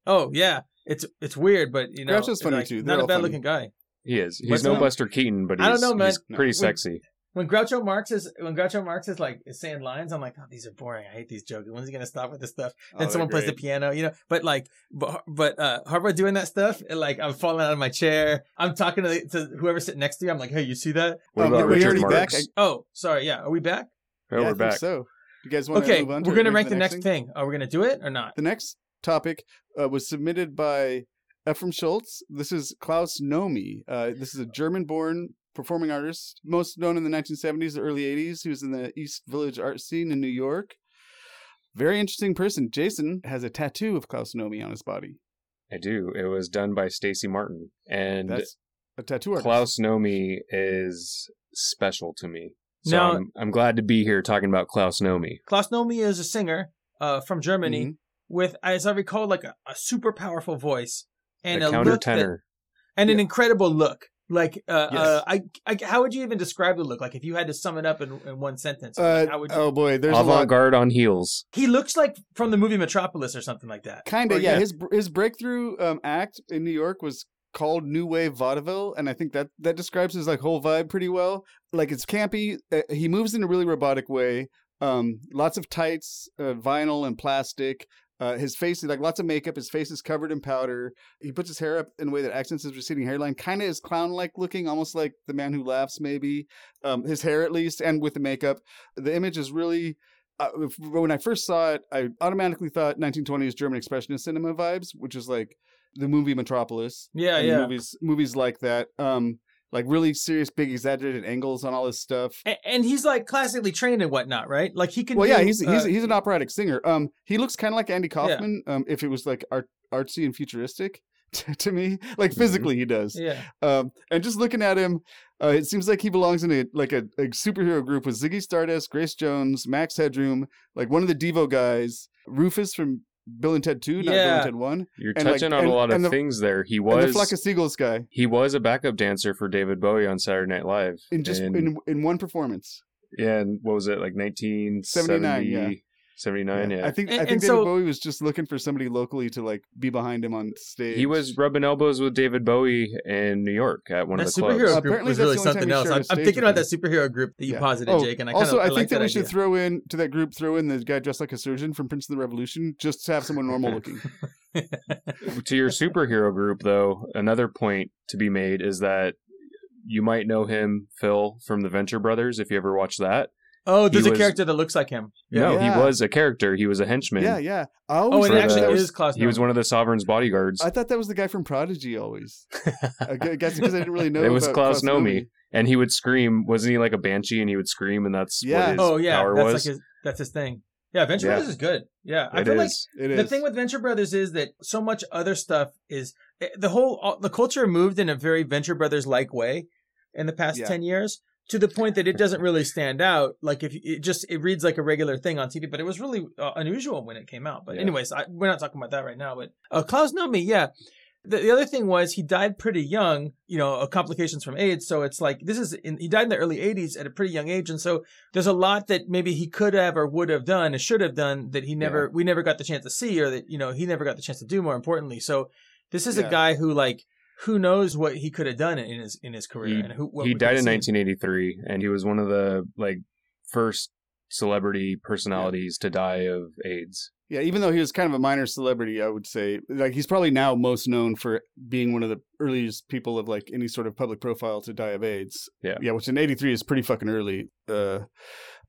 S1: oh yeah, it's it's weird, but you know,
S3: Groucho's
S1: it's
S3: funny
S1: like,
S3: too. They're
S1: Not a
S3: all
S1: bad
S3: funny.
S1: looking guy.
S2: He is. He's
S1: What's
S2: no
S1: up?
S2: Buster Keaton, but
S1: I
S2: he's,
S1: don't know, man.
S2: he's
S3: No.
S2: pretty
S3: When-
S2: sexy.
S1: When Groucho Marx is when Groucho Marx is like is saying lines, I'm like, oh, these are boring. I hate these jokes. When's he gonna stop with this stuff?
S3: Oh,
S1: Then
S3: they're
S1: someone plays the
S3: great.
S1: piano, you know. But like, but but uh, Harpo doing that stuff, it, like I'm falling out of my chair. I'm talking to, the- to whoever's sitting next to you. I'm like, hey, you see that?
S2: What
S3: Um,
S2: about
S3: are we
S2: Richard
S3: already back?
S2: Marx?
S3: I-
S1: Oh, sorry. Yeah, are we back?
S2: oh,
S3: Yeah, I
S2: we're
S3: think
S2: back.
S3: So, you guys want
S1: okay,
S3: to move on? to
S1: we're gonna rank
S3: rank
S1: the next thing. Are we gonna do it or not?
S3: The next topic uh, was submitted by Ephraim Schultz. This is Klaus Nomi. Uh, this is a German born performing artist, most known in the 1970s, the early 80s. He was in the East Village art scene in New York. Very interesting person. Jason has a tattoo of Klaus Nomi on his body.
S2: I do. It was done by Stacy Martin. And
S3: That's a tattoo artist.
S2: Klaus Nomi is special to me. So
S1: Now-
S2: I'm, I'm glad to be here talking about Klaus Nomi.
S1: Klaus Nomi is a singer uh, from Germany
S3: Mhm.
S1: with, as I recall, like a, a super powerful voice and
S2: the
S1: a
S2: counter
S1: look that-
S2: tenor.
S1: and an
S3: Yeah.
S1: incredible look. Like, uh,
S3: Yes.
S1: uh, I, I, how would you even describe the look? Like, if you had to sum it up in, in one sentence,
S3: Uh,
S1: like, how would you?
S3: oh boy, there's a
S2: Avant
S3: lot.
S2: garde on heels.
S1: He looks like from the movie Metropolis or something like that.
S3: Kind
S2: Or,
S3: of, yeah.
S2: yeah.
S3: His his breakthrough um, act in New York was called New Wave Vaudeville, and I think that that describes his like whole vibe pretty well. Like it's campy. Uh, he moves in a really robotic way. Um, lots of tights, uh, vinyl and plastic. Uh, his face is like lots of makeup. His face is covered in powder. He puts his hair up in a way that accents his receding hairline. Kind of is clown like looking, almost like the man who laughs, maybe. Um, his hair, at least, and with the makeup. The image is really uh, if- when I first saw it, I automatically thought 1920s German expressionist cinema vibes, which is like the movie Metropolis
S1: Yeah,
S3: and
S1: yeah.
S3: movies movies like that. Um, like really serious, big, exaggerated angles on all this stuff.
S1: A- and he's like classically trained and whatnot, right? Like he can.
S3: Well, yeah,
S1: do,
S3: he's
S1: uh,
S3: he's he's an operatic singer. Um, he looks kind of like Andy Kaufman. Um, if it was like art, artsy and futuristic to, to me,
S1: Mm-hmm.
S3: like
S2: Mhm.
S3: physically he does.
S1: yeah.
S3: Um, and just looking at him, uh, it seems like he belongs in a like a, a superhero group with Ziggy Stardust, Grace Jones, Max Headroom, like one of the Devo guys, Rufus from Bill and Ted Two, not Bill
S1: Yeah.
S3: and Ted One,
S2: You're
S3: And, like,
S2: touching on
S3: and-
S2: a lot of
S3: and the-
S2: things there. He
S3: and the Flock
S2: was
S3: of Seagulls guy
S2: he was a backup dancer for David Bowie on Saturday Night Live.
S3: in just
S2: and,
S3: in in one performance.
S2: yeah, and what was it like 1979?
S3: 79, yeah.
S2: 79, yeah.
S3: I think
S1: And-
S3: I think
S1: and
S3: David
S1: so-
S3: Bowie was just looking for somebody locally to like be behind him on stage.
S2: He was rubbing elbows with David Bowie in New York at one
S1: that
S2: of the
S1: superhero
S2: clubs.
S1: group
S3: Apparently
S1: was
S3: that's
S1: really
S3: the only time
S1: something
S3: he
S1: else.
S3: shared a
S1: I'm, I'm
S3: stage
S1: thinking
S3: with
S1: about that superhero group that you
S3: Yeah.
S1: posited,
S3: Oh,
S1: Jake, and I kind
S3: also,
S1: of
S3: I,
S1: like
S3: think that, we
S1: idea.
S3: should throw in to that group, throw in the guy dressed like a surgeon from Prince of the Revolution, just to have someone normal looking.
S2: to your superhero group, though, another point to be made is that you might know him, Phil, from the Venture Brothers, if you ever watched that.
S1: oh, there's
S2: he
S1: a
S2: was-
S1: character that looks like him. Yeah.
S2: No,
S3: Yeah.
S2: he was a character. He was a henchman.
S3: yeah, yeah. I
S1: Oh,
S3: always
S1: and it
S2: For
S3: thought
S1: actually
S3: that
S2: the-
S3: was,
S1: is Klaus.
S2: He was one of the sovereign's bodyguards.
S3: I thought that was the guy from Prodigy. Always, I gu- guess because I didn't really know.
S2: It was
S3: about
S2: Klaus Nomi.
S3: Nomi.
S2: and he would scream. Wasn't he like a banshee? And he would scream, and that's
S3: Yeah.
S2: what his
S1: Oh yeah,
S2: power
S1: that's
S2: was.
S1: like his that's his thing. Yeah, Venture
S2: Yeah.
S1: Brothers is good. Yeah, I
S2: It
S1: feel like
S2: is.
S3: It is
S1: the thing with Venture Brothers is that so much other stuff is eh, the whole all- the culture moved in a very Venture Brothers like way in the past
S3: Yeah.
S1: ten years to the point that it doesn't really stand out. Like if you- it just it reads like a regular thing on TV, but it was really uh, unusual when it came out. But
S2: Yeah.
S1: anyways, I, we're not talking about that right now. But uh, Klaus Nomi, yeah. The, the other thing was he died pretty young, you know, uh, complications from AIDS. So it's like this is in, he died in the early 80s at a pretty young age, and so there's a lot that maybe he could have or would have done or should have done that he never we never got the chance to see or that you know he never got the chance to do more importantly so this is
S3: Yeah.
S1: a guy who like who knows what he could have done in his in his career
S2: He-
S1: and who what
S2: he
S1: we
S2: died
S1: could've
S2: in
S1: seen.
S2: 1983 and he was one of the like first celebrity personalities to die of aids
S3: Yeah, even though he was kind of a minor celebrity, I would say like he's probably now most known for being one of the earliest people of like any sort of public profile to die of AIDS.
S2: Yeah.
S3: yeah, which in '83 is pretty fucking early. Uh,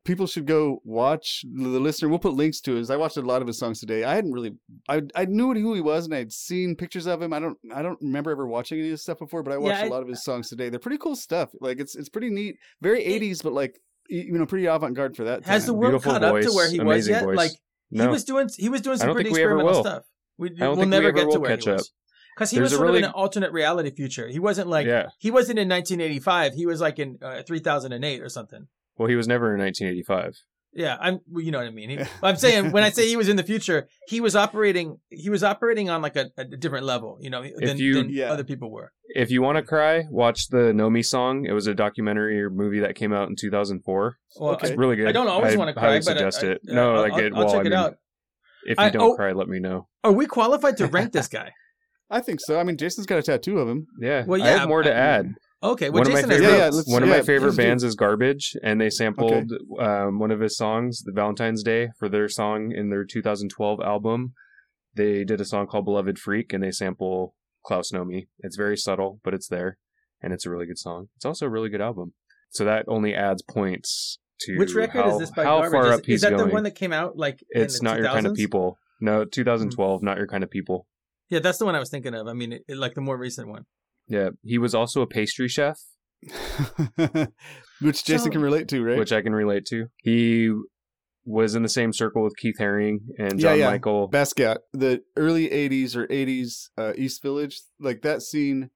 S3: people should go watch the listener. We'll put links to his. I watched a lot of his songs today. I hadn't really, I I knew who he was and I'd seen pictures of him. I don't I don't remember ever watching any of his stuff before, but I watched
S1: I-
S3: a lot of his songs today. They're pretty cool stuff. Like it's it's pretty neat, very '80s, but like y- you know pretty avant garde for that.
S1: has
S3: time.
S1: the world
S2: Beautiful
S1: caught up
S2: voice,
S1: to where he was
S2: amazing
S1: yet
S2: voice.
S1: like
S2: no
S1: he was doing he was doing
S2: I
S1: some
S2: don't
S1: pretty
S2: think we ever
S1: experimental
S2: will.
S1: stuff we
S2: don't
S1: we'll
S2: think we
S1: never
S2: ever
S1: get to
S2: will
S1: where
S2: catch
S1: he
S2: up.
S1: was because he
S2: There's
S1: was
S2: a
S1: sort of in
S2: really-
S1: an alternate reality future he wasn't like
S2: yeah
S1: he wasn't in 1985 he was like in uh, 3008 or something
S2: well he was never in 1985
S1: Yeah, I'm. well, You know what I mean. He- I'm saying when I say he was in the future, he was operating. He was operating on like a, a different level, you know, than,
S2: you-
S1: than
S3: Yeah.
S1: other people were.
S2: if you want to cry watch the nomi song it was a documentary or movie that came out in 2004
S1: Well,
S3: Okay.
S2: it's really good
S1: I, I don't always
S2: I'd
S1: want to cry,
S2: highly
S1: but
S2: suggest
S1: I, I,
S2: it no
S1: I'll,
S2: like it
S1: I'll,
S2: well,
S1: check
S2: I
S1: it
S2: mean,
S1: out.
S2: if you
S1: I-
S2: don't
S1: oh.
S2: cry let me know
S1: Are we qualified to rank this guy?
S3: I think so. I mean, Jason's got a tattoo of him.
S2: yeah
S1: Well,
S2: i
S1: yeah,
S2: have more to
S1: I-
S2: add
S1: Okay, well,
S2: one of my
S1: Jason has
S2: favorite,
S3: Yeah, yeah,
S1: notes.
S3: let's-
S2: one of my
S3: yeah,
S2: favorite
S3: please do.
S2: bands is Garbage, and they sampled um, one of his songs, the Valentine's Day, for their song in their 2012 album. They did a song called "Beloved Freak," and they sample Klaus Nomi. It's very subtle, but it's there, and it's a really good song. It's also a really good album. So that only adds points to
S1: Which record
S2: how,
S1: is this by
S2: how
S1: Garbage?
S2: far
S1: Is-
S2: up
S1: is,
S2: he's
S1: that
S2: going.
S1: the one that came out like? in the
S2: it's
S1: Hmm.
S2: not your kind of
S1: 2000s?
S2: people. No, 2012, not your kind of people.
S1: Yeah, that's the one I was thinking of. I mean, it, it- like the more recent one.
S2: Yeah, he was also a pastry chef.
S3: which Jason
S1: So-
S3: can relate to, right?
S2: which I can relate to. He was in the same circle with Keith Haring and
S3: Yeah,
S2: John
S3: yeah.
S2: Michael.
S3: Basquiat, the early '80s or '80s uh, East Village, like that scene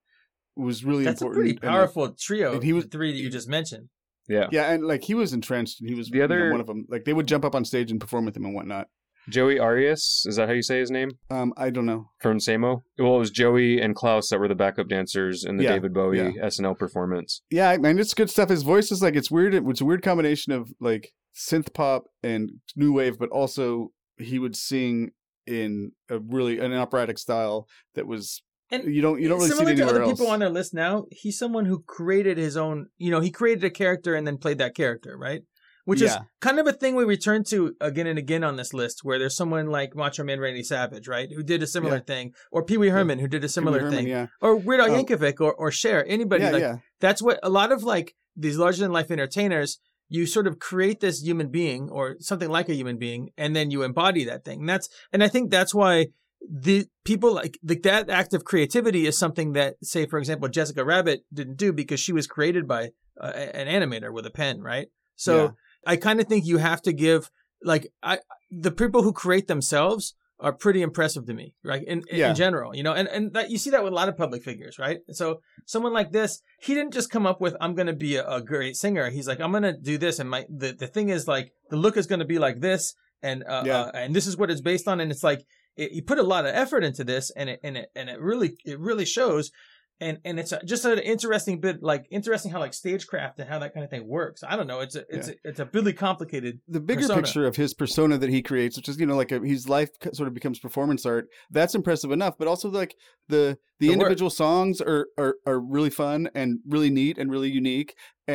S3: was really
S1: That's a
S3: important.
S1: pretty
S3: and, like,
S1: powerful trio.
S3: and he was-
S1: the three that you just mentioned.
S2: Yeah.
S3: yeah, and like he was entrenched, and he was
S2: The
S3: the other
S2: other-
S3: one of them. Like they would jump up on stage and perform with him and whatnot.
S2: Joey Arias, is that how you say his name?
S3: Um, I don't know.
S2: From Samo? Well, it was Joey and Klaus that were the backup dancers in the
S3: Yeah,
S2: David Bowie
S3: yeah.
S2: SNL performance.
S3: Yeah, I mean it's good stuff. His voice is like it's weird. It's a weird combination of like synth pop and new wave, but also he would sing in a really an operatic style that was
S1: And
S3: you don't you don't really see it
S1: similar to
S3: anywhere
S1: other
S3: else.
S1: people on their list now he's someone who created his own you know he created a character and then played that character right which is
S3: Yeah.
S1: kind of a thing we return to again and again on this list where there's someone like macho man randy savage right who did a similar
S3: Yeah.
S1: thing or pee-wee herman who did a
S3: Pee Wee
S1: similar
S3: Herman,
S1: thing
S3: yeah,
S1: or weird al
S3: Oh.
S1: yankovic or, or Cher, anybody
S3: yeah,
S1: like
S3: yeah.
S1: that's what a lot of like these larger than life entertainers you sort of create this human being or something like a human being and then you embody that thing and that's and i think that's why the people like like that act of creativity is something that say for example jessica rabbit didn't do because she was created by uh, a- an animator with a pen right so
S3: Yeah.
S1: i kind of think you have to give like i the people who create themselves are pretty impressive to me right in, in-
S3: Yeah.
S1: in general you know and and that you see that with a lot of public figures right so someone like this, he didn't just come up with "I'm going to be a, a great singer." He's like, "I'm going to do this," and my the, the thing is like the look is going to be like this, and uh,
S3: Yeah.
S1: uh, and this is what it's based on, and it's like it, he put a lot of effort into this, and it and it and it really it really shows. and and it's a, just an interesting bit, like interesting how like stagecraft and how that kind of thing works. I don't know. It's a it's a, it's a really complicated.
S3: the bigger
S1: persona.
S3: picture of his persona that he creates, which is you know like a, his life c- sort of becomes performance art. That's impressive enough, but also like the the,
S1: The work.
S3: individual songs are, are are really fun and really neat and really unique,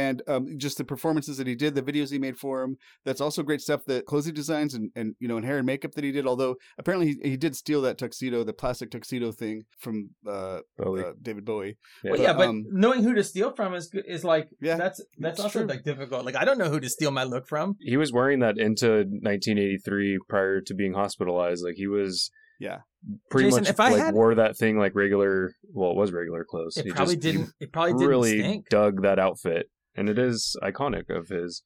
S3: and um, just the performances that he did, the videos he made for him. That's also great stuff. The clothing designs and and you know and hair and makeup that he did. Although apparently he, he did steal that tuxedo, the plastic tuxedo thing from uh,
S2: Bowie.
S3: uh, David Bowie.
S1: But
S3: But,
S1: yeah, but
S3: um,
S1: knowing who to steal from is good- is like
S3: Yeah,
S1: that's that's
S3: it's
S1: also
S3: true.
S1: like difficult. Like I don't know who to steal my look from.
S2: he was wearing that into 1983 prior to being hospitalized. Like he was,
S3: Yeah.
S2: pretty
S1: Jason,
S2: much
S1: if I
S2: like
S1: had-
S2: wore that thing like regular. Well, it was regular clothes.
S1: It
S2: He
S1: probably
S2: just- he
S1: didn't. It probably didn't
S2: really
S1: stink.
S2: dug that outfit, and it is iconic of his.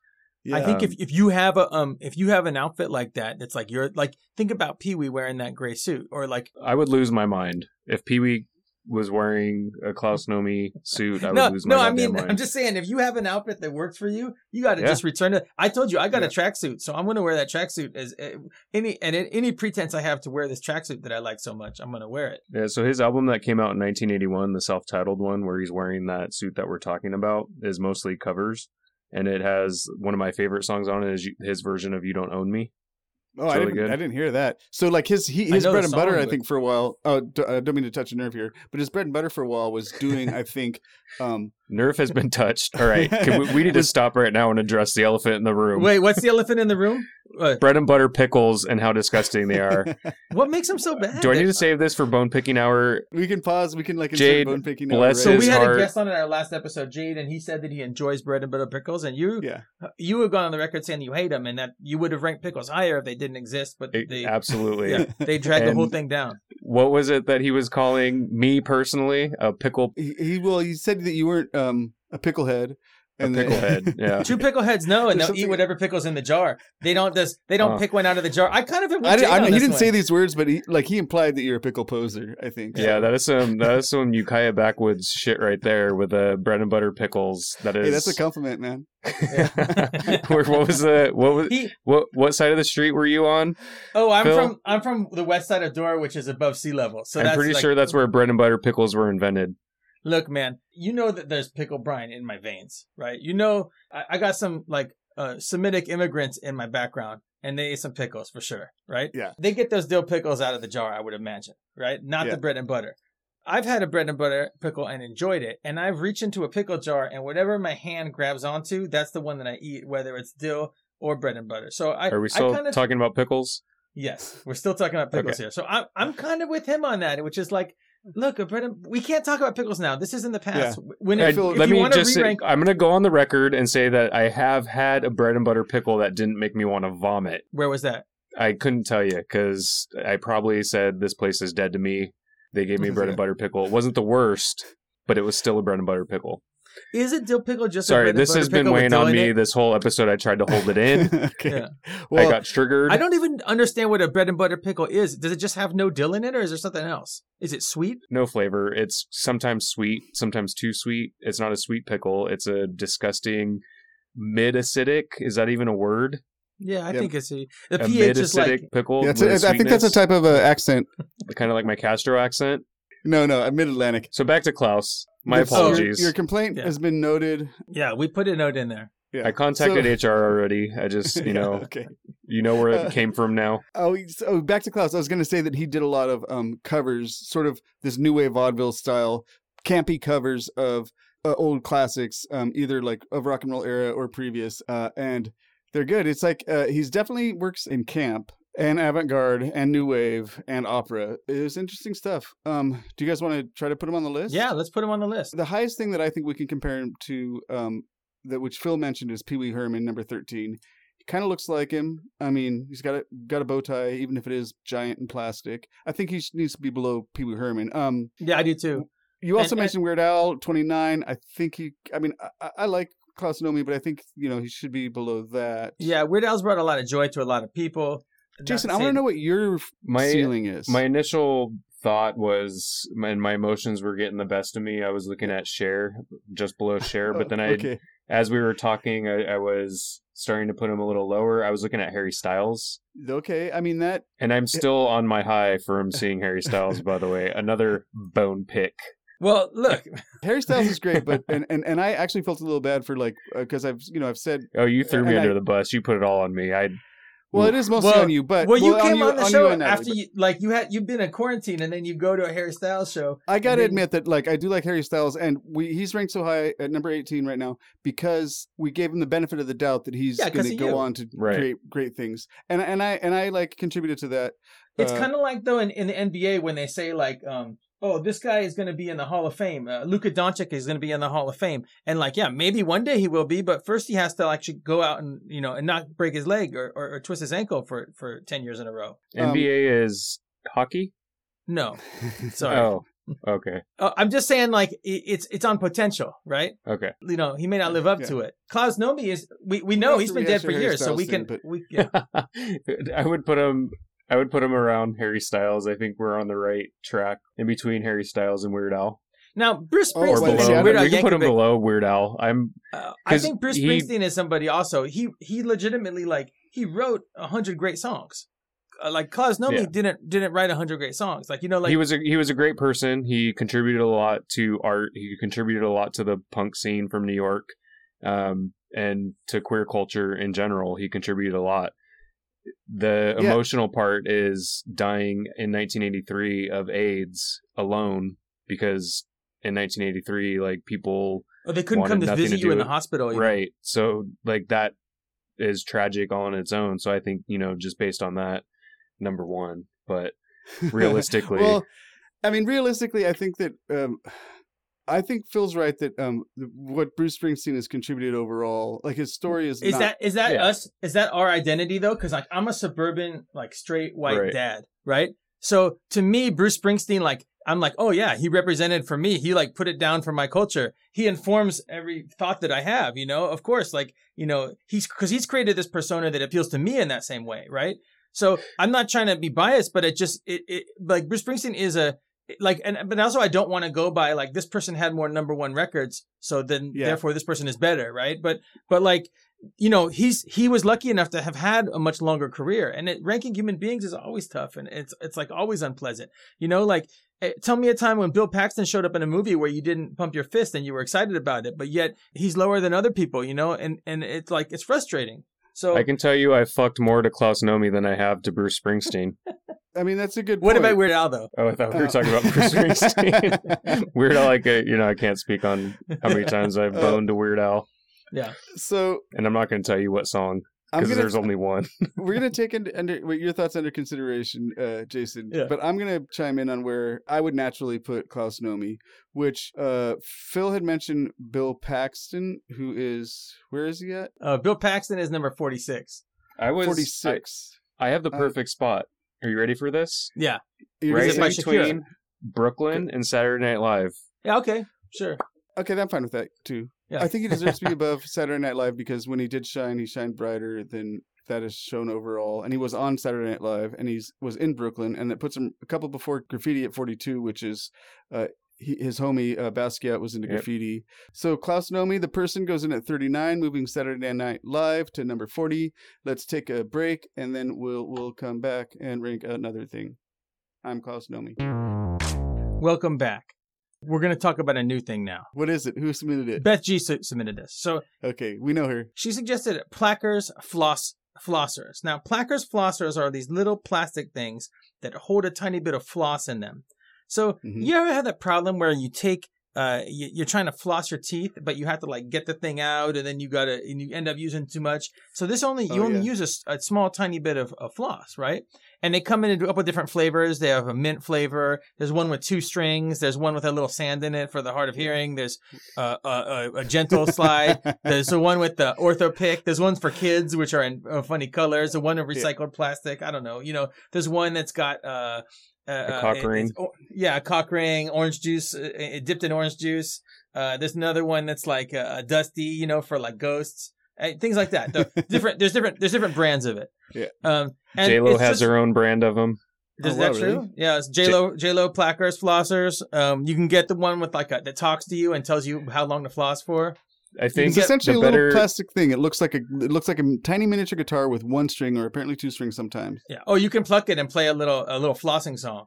S1: I
S3: Yeah.
S1: think if
S2: Um,
S1: if you have a um if you have an outfit like that, that's like you're like think about Pee Wee wearing that gray suit or like
S2: I would lose my mind if Pee Wee was wearing a Klaus Nomi suit. I would
S1: no
S2: lose my
S1: no I
S2: goddamn
S1: mean
S2: mind.
S1: I'm just saying if you have an outfit that works for you, you got to
S2: Yeah.
S1: just return it. I told you I got
S3: Yeah.
S1: a tracksuit, so I'm gonna wear that tracksuit as eh, any and any pretense I have to wear this tracksuit that I like so much, I'm gonna wear it.
S2: Yeah, so his album that came out in 1981, the self-titled one where he's wearing that suit that we're talking about, is mostly covers, and it has one of my favorite songs on it is you- his version of "You Don't Own Me."
S3: Oh,
S2: It's
S3: I
S2: really
S3: didn't.
S2: good.
S3: I didn't hear that. So like his he,
S1: I
S3: his
S1: know the
S3: bread and butter,
S1: song,
S3: I
S1: but-
S3: think for a while. Oh, d- I don't mean to touch a nerve here, but his bread and butter for a while was doing. I think. Um,
S2: Nerf has been touched. All right, can we, we need to stop right now and address the elephant in the room.
S1: Wait, what's the elephant in the room? Uh,
S2: Bread and butter pickles and how disgusting they are.
S1: what makes him so bad?
S2: Do I need to save this for bone picking hour?
S3: we can pause. We can like insert
S2: Jade,
S3: bone picking.
S2: bless
S1: So
S2: his
S1: we had
S2: heart.
S1: a guest on in our last episode, Jade, and he said that he enjoys bread and butter pickles, and you
S3: Yeah.
S1: you have gone on the record saying you hate them, and that you would have ranked pickles higher if they didn't exist, but
S2: It-
S1: they
S2: absolutely.
S1: yeah, they dragged the
S2: And-
S1: whole thing down.
S2: What was it that he was calling me personally? A pickle,
S3: He, he well, he said that you weren't um a picklehead.
S2: a
S3: then-
S2: picklehead. Yeah.
S1: Two pickle heads, no, and
S3: There's
S1: they'll eat
S3: something- Uh.
S1: whatever pickles in the jar. They don't just they don't
S2: Oh.
S1: pick one out of the jar. I kind of am with
S3: I
S1: Jade
S3: didn't. I
S1: on
S3: mean, he
S1: this
S3: didn't say
S1: one.
S3: these words, but he like he implied that you're a pickle poser. I think.
S2: Yeah, that is some that is some Ukiah backwoods shit right there with the bread and butter pickles. That is.
S3: Hey, that's a compliment, man.
S2: Where- what was the what was
S1: He-
S2: what what side of the street were you on?
S1: oh, I'm
S2: Phil?
S1: from I'm from the west side of Dora, which is above sea level. So
S2: I'm
S1: that's
S2: pretty
S1: like-
S2: sure that's where bread and butter pickles were invented.
S1: Look, man, you know that there's pickle brine in my veins, right? You know, I, I got some like uh, Semitic immigrants in my background, and they ate some pickles for sure, right?
S3: Yeah.
S1: They get those dill pickles out of the jar, I would imagine, right? Not
S3: Yeah.
S1: the bread and butter. I've had a bread and butter pickle and enjoyed it, and I've reached into a pickle jar, and whatever my hand grabs onto, that's the one that I eat, whether it's dill or bread and butter. So I
S2: Are we
S1: I
S2: still
S1: kind of
S2: talking about pickles?
S1: Yes, we're still talking about pickles
S2: Okay.
S1: here. So I'm I'm kind of with him on that, which is like, look, a bread and- we can't talk about pickles now. This is in the past. When
S2: And
S1: if, if
S2: Uh, let
S1: you
S2: me
S1: want to
S2: just say-
S1: re-rank,
S2: I'm gonna go on the record and say that I have had a bread and butter pickle that didn't make me want to vomit.
S1: where was that?
S2: I couldn't tell you because I probably said this place is dead to me. They gave me a bread and butter pickle. It wasn't the worst, but it was still a bread and butter pickle.
S1: Is it dill pickle just? a
S2: Sorry,
S1: bread
S2: this
S1: and butter
S2: has been
S1: pickle with
S2: weighing
S1: dill
S2: on
S1: in
S2: me
S1: it?
S2: this whole episode. I tried to hold it in.
S3: okay.
S1: Yeah.
S3: Well,
S2: I got triggered.
S1: I don't even understand what a bread and butter pickle is. Does it just have no dill in it, or is there something else? Is it sweet?
S2: No flavor. It's sometimes sweet, sometimes too sweet. It's not a sweet pickle. It's a disgusting mid acidic. Is that even a word?
S1: Yeah, I
S3: Yeah.
S1: think it's a, the
S2: A
S1: pH
S2: mid
S1: is
S2: acidic
S1: like
S2: pickle.
S3: yeah,
S2: Yeah,
S3: it's a- I think that's a type of uh, accent.
S2: kind of like my Castro accent.
S3: No, no, Mid Atlantic.
S2: So back to Klaus. My
S1: That's- oh, you're-
S2: apologies.
S3: uh, Your complaint
S1: Yeah.
S3: has been noted.
S1: yeah. We put a note in there.
S3: Yeah.
S2: I contacted HR already. I just, you
S3: Yeah,
S2: know,
S3: okay.
S2: you know where
S3: Uh,
S2: it came from now.
S3: Oh, so oh, back to Klaus. I was going to say that he did a lot of um, covers, sort of this new wave vaudeville style, campy covers of uh, old classics, um, either like of rock and roll era or previous, uh, and they're good. It's like uh, he's definitely works in camp and avant-garde and new wave and opera. It was interesting stuff. Um, do you guys want to try to put him on the list?
S1: Yeah, let's put him on the list.
S3: The highest thing that I think we can compare him to, um, that which Phil mentioned, is Pee Wee Herman, number thirteen. He kind of looks like him. I mean, he's got a got a bow tie, even if it is giant and plastic. I think he sh- needs to be below Pee Wee Herman. Um,
S1: Yeah, I do too.
S3: you also
S1: And- and-
S3: mentioned Weird Al, twenty nine. I think he. I mean, I- I, I like Klaus Nomi, but I think you know he should be below that.
S1: Yeah, Weird Al's brought a lot of joy to a lot of people. Not
S3: Jason,
S1: to
S3: I
S1: say-
S3: want to know what your f-
S2: My
S3: ceiling is.
S2: My initial thought was, and my emotions were getting the best of me. I was looking at share just below share, but
S3: Oh,
S2: then I,
S3: okay.
S2: as we were talking, I, I was starting to put him a little lower. I was looking at Harry Styles,
S3: okay. I mean that
S2: and I'm still on my high from seeing Harry Styles. By the way, another bone pick.
S1: Well, look,
S3: Harry Styles is great, but and, and, and I actually felt a little bad for like because I've you know I've said
S2: Oh, you threw me
S3: And
S2: under
S3: I- Um,
S2: the bus. You put it all on me. I
S3: well it is mostly
S1: Well-
S3: on you, but
S1: well, you
S3: on
S1: came on the
S3: on
S1: show
S3: and Natalie,
S1: after you, like you had you've been in quarantine, and then you go to a Harry Styles show.
S3: I gotta
S1: And then-
S3: admit that like I do like Harry Styles, and we he's ranked so high at number eighteen right now because we gave him the benefit of the doubt that he's
S1: Yeah, 'cause
S3: gonna
S1: of
S3: go
S1: you.
S3: on to
S2: Right.
S3: create great things, and and I and I like contributed to that.
S1: It's
S3: Uh,
S1: kind of like though in, in the NBA when they say like, um, oh, this guy is going to be in the Hall of Fame. Uh, Luka Doncic is going to be in the Hall of Fame, and like, yeah, maybe one day he will be, but first he has to actually go out and you know and not break his leg or, or, or twist his ankle for for ten years in a row.
S3: Um,
S2: NBA is hockey.
S1: No, sorry.
S2: Oh, okay,
S1: Uh, I'm just saying like i it's it's on potential, right?
S2: okay.
S1: You know, he may not live up
S3: Yeah.
S1: to it. Klaus Nomi is we, we know
S3: have
S1: he's
S3: to
S1: been dead
S3: rehash
S1: for
S3: your
S1: years, so
S3: hairstyle
S1: we can
S3: soon, but-
S1: we yeah.
S2: I would put him. I would put him around Harry Styles. I think we're on the right track in between Harry Styles and Weird Al,
S1: Now Bruce
S3: Oh, or
S2: or
S1: Springsteen,
S3: well,
S1: is
S3: see, I
S2: below.
S1: Weird Al
S2: we can put him
S1: Yankovic.
S2: below Weird Al. I'm
S1: Uh, I
S2: 'Cause
S1: think Bruce
S2: he-
S1: Springsteen is somebody also. He he legitimately like he wrote a hundred great songs. Uh, like Klaus Nomi
S2: Yeah.
S1: didn't didn't write a hundred great songs. Like you know like
S2: he was a he was a great person. He contributed a lot to art. He contributed a lot to the punk scene from New York, um, and to queer culture in general. He contributed a lot. The
S3: Yeah.
S2: emotional part is dying in 1983 of AIDS alone because in 1983, like people,
S1: oh, they couldn't
S2: wanted
S1: come to
S2: nothing
S1: visit
S2: to
S1: you
S2: do
S1: in the
S2: with-
S1: hospital. you know?
S2: right? So like that is tragic all on its own. So I think you know just based on that, number one. But realistically,
S3: well, I mean, realistically, I think that um, I think Phil's right that um, what Bruce Springsteen has contributed overall, like his story is
S1: Is
S3: not-
S1: that is that
S2: Yeah.
S1: us? Is that our identity though? Because like I'm a suburban like straight white
S2: Right.
S1: dad, right? So to me, Bruce Springsteen, like I'm like, oh yeah, he represented for me. He like put it down for my culture. He informs every thought that I have. You know, of course, like you know, he's because he's created this persona that appeals to me in that same way, right? So I'm not trying to be biased, but it just it, it like Bruce Springsteen is a like and but also I don't want to go by like this person had more number one records, so then
S3: Yeah.
S1: therefore this person is better, right? But but like you know he's he was lucky enough to have had a much longer career and it, ranking human beings is always tough and it's it's like always unpleasant you know like eh, tell me a time when bill paxton showed up in a movie where you didn't pump your fist and you were excited about it but yet he's lower than other people you know and and it's like it's frustrating so
S2: I can tell you I fucked more to Klaus Nomi than I have to Bruce Springsteen.
S3: I mean, that's a good.
S1: what
S3: point.
S1: about weird al though
S2: Oh, I thought we were
S3: Oh.
S2: talking about Bruce Springsteen. Weird Al, like, uh, you know, I can't speak on how many times I've
S3: Oh.
S2: boned to Weird Al,
S3: So
S2: and I'm not going to tell you what song
S3: I'm
S2: because
S3: gonna
S2: there's only one.
S3: we're gonna take into under wait, your thoughts under consideration, uh, Jason.
S1: Yeah.
S3: But I'm gonna chime in on where I would naturally put Klaus Nomi, which uh, Phil had mentioned Bill Paxton, who is where is he at?
S1: uh, bill paxton is number 46
S2: I was
S3: Forty six.
S2: I, I have the
S3: Uh,
S2: perfect spot. Are you ready for this?
S1: yeah
S2: Right
S1: it by
S2: in between Brooklyn and Saturday Night Live.
S1: yeah okay sure
S3: Okay, I'm fine with that too.
S1: Yeah.
S3: I think he deserves to be above Saturday Night Live because when he did shine, he shined brighter than that is shown overall. And he was on Saturday Night Live, and he's was in Brooklyn, and that puts him a couple before Graffiti at 42, which is uh, he, his homie uh, Basquiat was into
S2: Yep.
S3: Graffiti. So Klaus Nomi, the person, goes in at 39, moving Saturday Night Live to number 40. Let's take a break, and then we'll we'll come back and rank another thing. I'm Klaus Nomi.
S1: welcome back we're going to talk about a new thing now
S3: What is it? Who submitted it?
S1: beth g su- submitted this so
S3: Okay, we know her.
S1: She suggested plackers, floss, flossers. Now, plackers, flossers are these little plastic things that hold a tiny bit of floss in them. So,
S3: Mhm.
S1: you ever have that problem where you take, uh, you- you're trying to floss your teeth, but you have to like get the thing out, and then you gotta, and you end up using too much. So this only you
S3: Oh,
S1: only
S3: yeah.
S1: use a s- a, small tiny bit of, of floss, right? And they come in a couple different flavors. They have a mint flavor. There's one with two strings. There's one with a little sand in it for the hard of hearing. There's uh, a, a, a gentle slide. There's the one with the ortho pick. There's ones for kids, which are in uh, funny colors. The one in
S3: Yeah.
S1: recycled plastic. I don't know. You know, there's one that's got uh, uh, uh,
S2: cock
S1: it-
S2: ring.
S1: it's or- yeah, a cock ring, orange juice, uh, uh, dipped in orange juice. Uh, there's another one that's like uh, uh, dusty, you know, for like ghosts, uh, things like that. The different. There's different. There's different brands of it.
S3: Yeah.
S1: Um. and
S2: J Lo
S1: it's
S2: has
S1: just-
S2: her own brand of them.
S1: is
S3: Oh,
S1: that
S3: wow,
S1: true?
S3: really?
S1: Yeah, it's J Lo J Lo plackers, flossers. Um, you can get the one with like a, that talks to you and tells you how long to floss for.
S2: I think
S3: it's essentially
S2: the
S3: a
S2: better.
S3: little plastic thing. It looks like a it looks like a tiny miniature guitar with one string, or apparently two strings sometimes.
S1: Yeah. Oh, you can pluck it and play a little a little flossing song.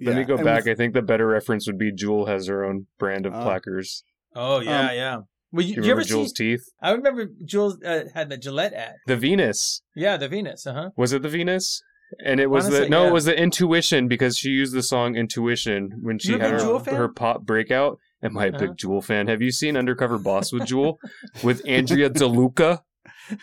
S2: Let me go back. I think the better reference would be Jewel has her own brand of
S3: Oh.
S2: plackers.
S1: Oh yeah, yeah. Well, you,
S2: Do you,
S1: Uh, you ever
S2: Um, remember Jewel's
S1: see?
S2: teeth?
S1: I remember Jules uh, had the Gillette ad.
S2: The Venus.
S1: Yeah, the Venus. Uh huh.
S2: Was it the Venus? And it was the
S1: Honestly,
S2: no,
S1: yeah.
S2: it was the intuition because she used the song Intuition when she
S1: You're a
S2: had
S1: big
S2: her,
S1: Jewel fan?
S2: her pop breakout. Am I a
S1: Uh-huh.
S2: big Jewel fan? Have you seen Undercover Boss with Jewel with Andrea DeLuca?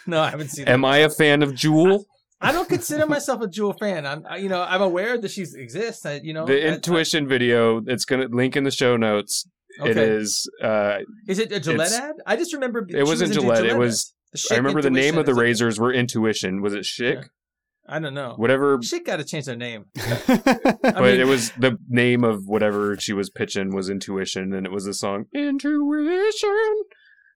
S1: No, I haven't seen.
S2: Am
S1: that.
S2: I a fan of Jewel?
S1: I don't consider myself a Jewel fan. I'm, I, you know, I'm aware that she exists. I, you know, uh,
S2: the
S1: I- I-
S2: Intuition video. It's gonna link in the show notes. It
S1: okay.
S2: is. Uh,
S1: Is it a Gillette
S2: it's-
S1: ad? I just remember she
S2: it wasn't
S1: into
S2: Gillette, it
S1: ads.
S2: was-
S1: The
S2: I
S1: Schick
S2: remember the name
S1: Intuition
S2: of the
S1: is a-
S2: razors were Intuition. Was it Schick?
S1: Yeah. I don't know.
S2: Whatever.
S1: Shit got to change their name.
S3: yeah.
S1: I
S2: but
S1: mean-
S2: it was the name of whatever she was pitching was Intuition, and it was the song Intuition.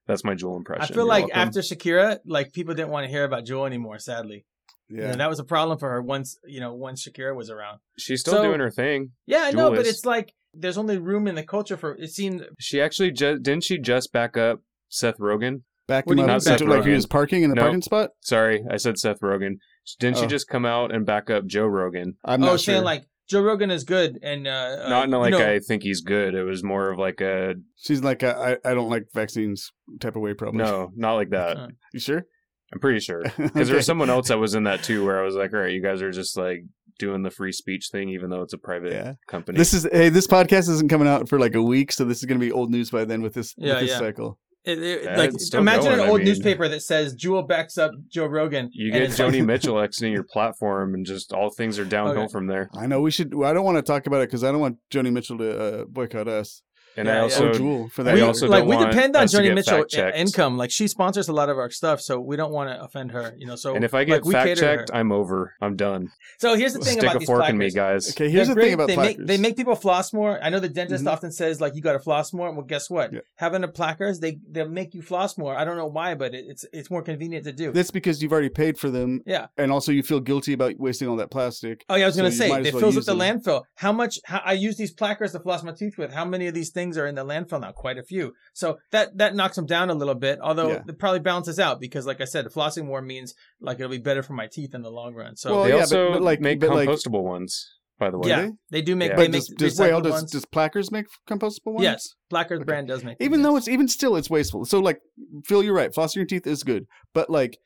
S2: That's my Jewel impression.
S1: I
S2: You're
S1: feel like
S2: welcome.
S1: after Shakira, like people didn't want to hear about Jewel anymore. Sadly, You know, that was a problem for her once you know once Shakira was around.
S2: she's still
S1: So-
S2: doing her thing.
S1: Yeah, I know,
S2: Jewel
S1: but
S2: is-
S1: it's like there's only room in the culture for it seemed
S2: She actually ju- didn't she just back up Seth Rogen.
S3: Back
S1: What
S3: him
S1: do
S3: up
S1: you mean
S3: into,
S1: back
S3: like he
S2: Rogan?
S3: was parking in the
S2: No.
S3: parking spot.
S2: Sorry, I said Seth Rogen. Didn't
S3: Oh.
S2: she just come out and back up Joe Rogan?
S3: I'm
S1: oh
S3: not
S1: saying
S3: sure.
S1: like Joe Rogan is good and uh,
S2: Not in a, like
S1: no,
S2: I think he's good. It was more of like a
S3: She's like a, I, I don't like vaccines type of way. Probably.
S2: no, not like that.
S1: Uh,
S3: You sure?
S2: I'm pretty sure.
S3: Because
S2: Because there's someone else that was in that too, where I was like, all right, you guys are just like doing the free speech thing, even though it's a private
S3: Yeah.
S2: company.
S3: This is hey, this podcast isn't coming out for like a week, so this is gonna be old news by then with this
S1: Yeah,
S3: with this
S1: yeah.
S3: cycle.
S1: it- it-
S2: Yeah,
S1: like
S2: it's still
S1: imagine
S2: going,
S1: an
S2: I
S1: old
S2: mean.
S1: newspaper that says Jewel backs up Joe Rogan.
S2: you
S1: and
S2: get
S1: it's like-
S2: Joni Mitchell exiting your platform, and just all things are downhill
S1: Okay.
S2: from there.
S3: I know we should. I don't want to talk about it because I don't want Joni Mitchell to uh, boycott us.
S2: And I
S1: Yeah,
S2: also
S3: oh, Jewel for
S2: I
S3: that.
S1: we,
S2: also
S1: like
S2: don't
S1: we
S2: want
S1: depend on
S2: us to
S1: Joni
S2: get
S1: Mitchell
S2: fact-checked.
S1: income. Like she sponsors a lot of our stuff, so we don't want to offend her. You know, so
S2: and if I
S1: like,
S2: get
S1: we cater
S2: fact
S1: to her.
S2: checked, I'm over. I'm done.
S1: so here's the thing
S2: Stick
S1: about
S2: a
S1: these
S2: fork in me,
S1: placards.
S2: guys.
S3: okay, here's
S1: They're
S3: the thing
S1: great.
S3: about
S1: they
S3: placards.
S1: make, they make people floss more. I know the dentist
S3: Mhm.
S1: often says like you got to floss more. Well, guess what?
S3: Yeah.
S1: Having the placards, they they make you floss more. I don't know why, but it, it's it's more convenient to do.
S3: That's because you've already paid for them.
S1: Yeah.
S3: and also you feel guilty about wasting all that plastic.
S1: Oh yeah, I was
S3: So
S1: gonna
S3: you
S1: say
S3: might as
S1: it
S3: well
S1: fills up
S3: use
S1: the
S3: them.
S1: landfill. How much? How, I use these placards to floss my teeth with. How many of these things are in the landfill now? Quite a few. So that that knocks them down a little bit. Although
S3: Yeah.
S1: it probably balances out because, like I said, flossing more means like it'll be better for my teeth in the long run. So
S3: Well,
S2: they
S3: yeah, but-
S2: also
S3: but, like-
S2: make
S3: but, like-
S2: compostable ones, by the way.
S1: Oh, yeah,
S3: they?
S1: they? do make.
S2: Yeah.
S1: They
S3: But
S1: make
S3: does, does Whale
S1: recycled
S3: does,
S1: ones.
S3: does placards make compostable ones?
S1: Yes, Placker's
S3: Okay.
S1: brand does make.
S3: even
S1: them,
S3: though
S1: yes.
S3: it's even still it's wasteful so like phil you're right flossing your teeth is good but like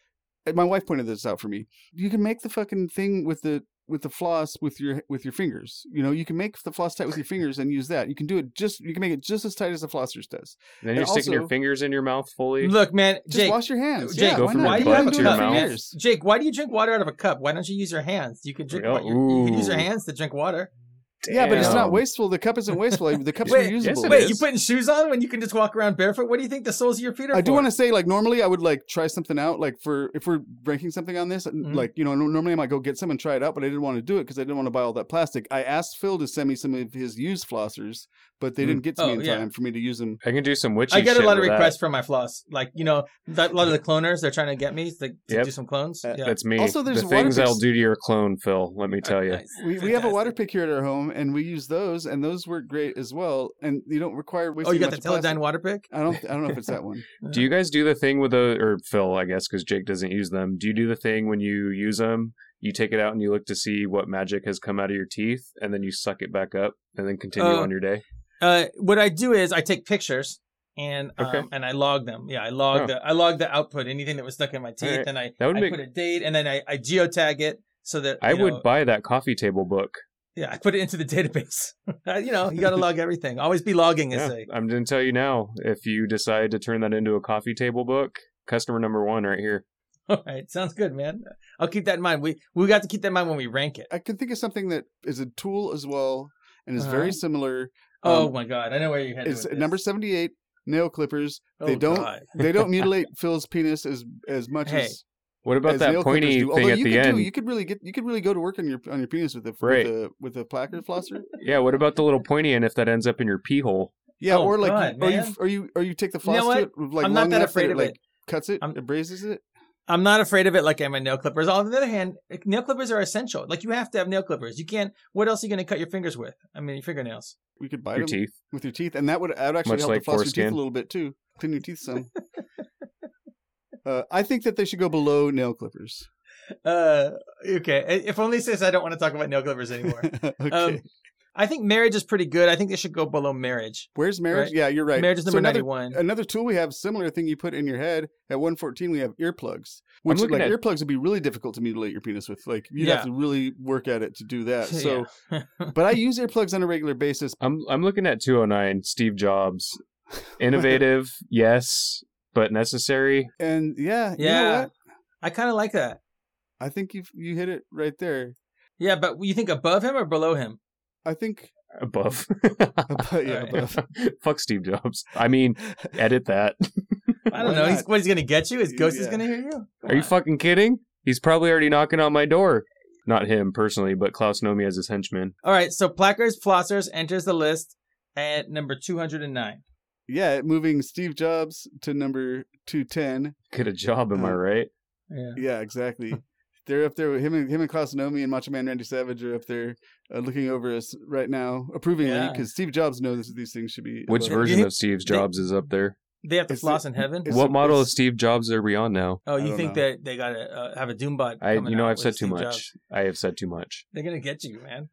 S3: and my wife pointed this out for me you can make the fucking thing with the with the floss with your with your fingers you know you can make the floss tight with your fingers and use that you can do it just you can make it just as tight as the flossers does
S2: Then you're
S3: And
S2: sticking your
S3: also-
S2: fingers in your mouth fully.
S1: look, man,
S3: just
S1: Jake,
S3: wash your hands
S1: Jake,
S3: yeah,
S2: Go
S3: why not?
S2: from your
S1: why do you
S3: You've
S2: butt
S1: have
S3: been
S2: to
S1: to
S3: doing
S2: your
S3: it for
S2: mouth.
S3: years.
S1: Jake, why do you drink water out of a cup? Why don't you use your hands? You can drink.
S2: Yeah,
S1: wa- you, you can use your
S2: ooh.
S1: hands to drink water.
S3: yeah but it's
S2: Damn.
S3: not wasteful the cup isn't wasteful the cups
S1: Wait,
S3: are
S1: yes,
S3: usable
S2: it
S1: Wait,
S2: is.
S1: you putting shoes on when you can just walk around barefoot? What do you think the soles of your feet are
S3: I
S1: for?
S3: do want to say, like, normally I would like try something out, like for if we're ranking something on this, and
S1: Mhm.
S3: like you know, no- normally I might go get some and try it out, but I didn't want to do it because I didn't want to buy all that plastic. I asked Phil to send me some of his used flossers, but they
S2: Mm.
S3: didn't get to me
S1: Oh,
S3: in
S1: yeah.
S3: time for me to use them.
S2: I can do some witchy.
S1: I get a
S2: shit
S1: lot of
S2: with that.
S1: requests for my floss. Like, you know, that, a lot of the cloners, they're trying to get me to, to
S2: Yep.
S1: do some clones.
S3: Uh,
S1: Yeah.
S2: That's me.
S3: Also, there's
S2: the
S3: water
S2: things
S3: pics-
S2: I'll do to your clone, Phil. Let me tell you.
S1: Nice.
S3: We, we have a water
S1: Fantastic.
S3: pick here at our home, and we use those, and those work great as well. And you don't require wasting.
S1: Oh, you got the
S3: much
S1: Teledyne
S3: plastic.
S1: water pick?
S3: I don't. I don't know if it's that one.
S2: Do you guys do the thing with the or Phil? I guess because Jake doesn't use them. Do you do the thing when you use them? You take it out and you look to see what magic has come out of your teeth, and then you suck it back up, and then continue
S1: Uh,
S2: on your day.
S1: Uh, what I do is I take pictures and um,
S2: Okay.
S1: and I log them. Yeah, I log
S2: Oh.
S1: the I log the output, anything that was stuck in my teeth,
S2: right.
S1: and I,
S2: That would
S1: I
S2: make.
S1: put a date, and then I, I geotag it so that
S2: I
S1: you
S2: would
S1: know-
S2: buy that coffee table book.
S1: Yeah, I put it into the database. Uh, you know, you got to log everything. Always be logging.
S2: Yeah,
S1: Is a
S2: I'm going to tell you now. If you decide to turn that into a coffee table book, customer number one right here.
S1: all right. Sounds good, man. I'll keep that in mind. We we got to keep that in mind when we rank it.
S3: I can think of something that is a tool as well, and is very
S1: Uh-huh.
S3: similar.
S1: Oh
S3: Um,
S1: my god, I know where you're headed.
S3: It's
S1: with this.
S3: number seventy-eight. Nail clippers. they
S1: Oh,
S3: don't-
S1: God.
S3: They don't mutilate Phil's penis as as much
S1: Hey.
S3: as
S2: What about
S3: as
S2: that
S3: nail clippers
S2: pointy
S3: do. Although
S2: thing at
S3: you
S2: the
S3: could
S2: end?
S3: Do, you could really get you could really go to work on your on your penis with a
S2: Right.
S3: with a with a placard flosser.
S2: Yeah, what about the little pointy end if that ends up in your pee hole?
S3: Yeah,
S1: Oh,
S3: or
S1: God,
S3: like you, or you
S1: man.
S3: or you or you take the
S1: You
S3: floss
S1: know
S3: to
S1: what?
S3: it like
S1: I'm not
S3: long
S1: that
S3: enough
S1: afraid
S3: it,
S1: of
S3: like
S1: it.
S3: cuts it,
S1: I'm-
S3: abrases it.
S1: I'm not afraid of it like I'm in nail clippers. On the other hand, nail clippers are essential. Like you have to have nail clippers. You can't. What else are you going to cut your fingers with? I mean, your fingernails.
S3: We could bite
S2: your
S3: them
S2: teeth.
S3: with your teeth, and that would, that would actually
S2: Much
S3: help
S2: like
S3: to floss your
S2: foreskin.
S3: teeth a little bit too. Clean your teeth some. uh, I think that they should go below nail clippers.
S1: Uh, okay. If only since I don't want to talk about nail clippers anymore.
S3: okay.
S1: Um, I think marriage is pretty good. I think they should go below marriage.
S3: Where's marriage?
S1: Right.
S3: Yeah, you're right.
S1: Marriage is number
S3: so another, uh,
S1: 91.
S3: Another tool we have, similar thing you put in your head. At 114, we have earplugs. Which,
S2: looking
S3: like,
S2: at-
S3: earplugs would be really difficult to mutilate your penis with. Like, you'd
S1: Yeah.
S3: have to really work at it to do that.
S1: Yeah.
S3: So, but I use earplugs on a regular basis.
S2: I'm I'm looking at 209 Steve Jobs. Innovative, yes, but necessary.
S3: And yeah, you know
S1: Yeah.
S3: what?
S1: I kind of like that.
S3: I think you you hit it right there.
S1: Yeah, but you think above him or below him?
S3: I think,
S2: Above.
S3: but yeah,
S1: Alright.
S3: above.
S2: Fuck Steve Jobs. I mean, edit that.
S1: I don't
S3: Why
S1: know. He's,
S3: not?
S1: what he's gonna get you? His ghost is
S3: Yeah.
S1: gonna hear you? Come
S2: Are you
S1: on.
S2: fucking kidding? He's probably already knocking on my door. Not him personally, but Klaus Nomi as his henchman.
S1: All right. So placards, flossers enters the list at number two hundred and nine.
S3: yeah, moving Steve Jobs to number 210.
S2: Get a job, am I
S3: Uh,
S2: right?
S1: Yeah.
S3: Yeah, exactly. They're up there. with Him and him and Klaus Nomi and Macho Man Randy Savage are up there, uh, looking over us right now approvingly
S1: Yeah.
S3: because Steve Jobs knows that these things should be.
S2: Which
S3: above.
S1: Well,
S2: version
S1: you-
S2: of Steve Jobs is up there?
S1: They have to
S3: Is it-
S1: floss in heaven.
S3: is- It's
S2: what
S3: a-
S2: model of
S3: it's-
S2: Steve Jobs are we on now?
S1: Oh,
S3: I
S1: you
S3: don't
S1: think
S3: know.
S1: that they gotta uh, have a Doombot?
S2: I,
S1: coming
S2: you know,
S1: out
S2: I've
S1: with
S2: said too
S1: Steve
S2: much.
S1: Jobs.
S2: I have said too much.
S1: They're gonna get you, man.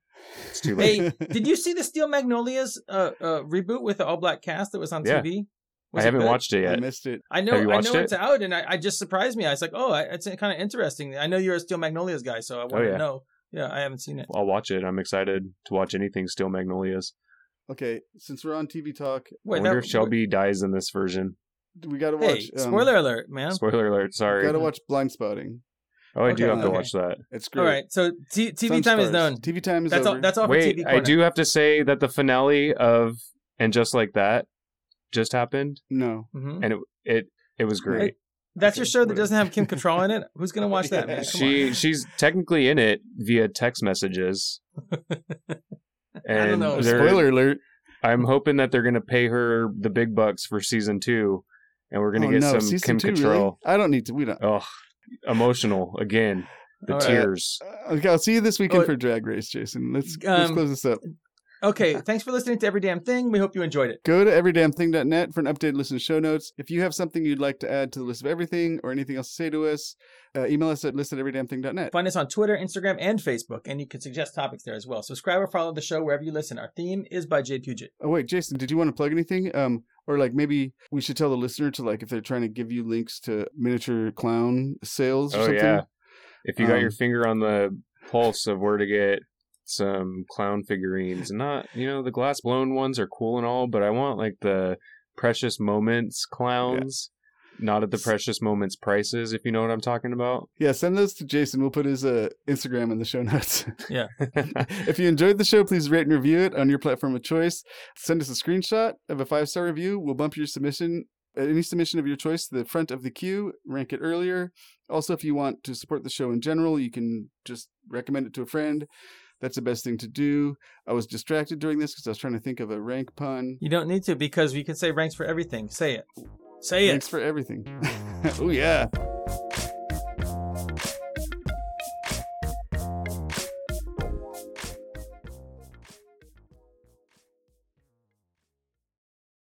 S2: It's too late.
S1: Hey, did you see the Steel Magnolias uh, uh, reboot with the all black cast that was on
S2: Yeah.
S1: TV? Was
S2: I haven't
S1: good?
S2: watched it
S3: I
S2: yet.
S3: missed it.
S1: I know,
S2: Have you
S1: I
S2: watched
S1: know
S2: it?
S1: it's out, and I, I just surprised me. I was like, oh, I, it's kind of interesting. I know you're a Steel Magnolias guy, so I want
S2: Oh, yeah.
S1: to know. Yeah, I haven't seen it.
S2: I'll watch it. I'm excited to watch anything Steel Magnolias.
S3: Okay, since we're on TV talk,
S1: Wait,
S2: I wonder
S1: that-
S2: if Shelby dies in this version.
S3: we got to watch.
S1: Hey,
S3: um,
S1: spoiler alert, man.
S2: Spoiler alert. Sorry.
S3: Got to watch Blind Spotting.
S2: oh, I do
S1: Okay,
S2: have to
S1: okay.
S2: watch that.
S3: It's great.
S1: All right, so t- TV
S3: It's on
S1: time is
S3: Starz.
S1: known.
S3: TV time is
S1: That's
S3: over.
S1: all. That's all for
S2: Wait,
S1: TV.
S2: I
S1: Corner.
S2: do have to say that the finale of and just like that just happened,
S3: no.
S1: Mhm.
S2: and it it it was great.
S1: That's your
S3: Okay,
S1: show that
S3: whatever.
S1: doesn't have Kim Cattrall in it. Who's gonna watch that, man? Come
S2: she
S1: on.
S2: she's technically in it via text messages. And
S1: know.
S2: they're-
S3: Spoiler alert.
S2: I'm hoping that they're going to pay her the big bucks for season two, and we're going to
S3: oh,
S2: get
S3: no.
S2: some
S3: Season
S2: Kim
S3: two, really?
S2: Cattrall.
S3: I don't need to. We don't.
S2: Oh, emotional again. The
S1: All right.
S2: tears.
S3: Uh, okay, I'll see you this weekend
S1: Oh,
S3: for Drag Race, Jason. Let's, let's
S1: um,
S3: close this up.
S1: Okay, thanks for listening to Every Damn Thing. We hope you enjoyed it.
S3: Go to everydamnthing.net for an updated list and show notes. If you have something you'd like to add to the list of everything or anything else to say to us, uh, email us at list at everydamnthing.net.
S1: Find us on Twitter, Instagram, and Facebook, and you can suggest topics there as well. Subscribe or follow the show wherever you listen. Our theme is by Jade Puget.
S3: Oh, wait, Jason, did you want to plug anything? Um, or like maybe we should tell the listener to like if they're trying to give you links to miniature clown sales or
S2: Oh
S3: something.
S2: yeah. If you got your
S3: Um,
S2: finger on the pulse of where to get some clown figurines, not you know the glass blown ones are cool and all, but I want like the precious moments clowns. Not at the precious moments prices, if you know what I'm talking about.
S3: Yeah, send those to Jason. We'll put his uh, Instagram in the show notes.
S2: That's
S3: if you enjoyed the show, please rate and review it on your platform of choice. Send us a screenshot of a five star review. We'll bump your submission, uh, any submission of your choice, to the front of the queue, rank it earlier. Also, if you want to support the show in general, you can just recommend it to a friend. That's the best thing to do. I was distracted during this because I was trying to think of a rank pun.
S1: You don't need to because we can say ranks for everything. Say it. Say it.
S3: Thanks for everything. oh, yeah.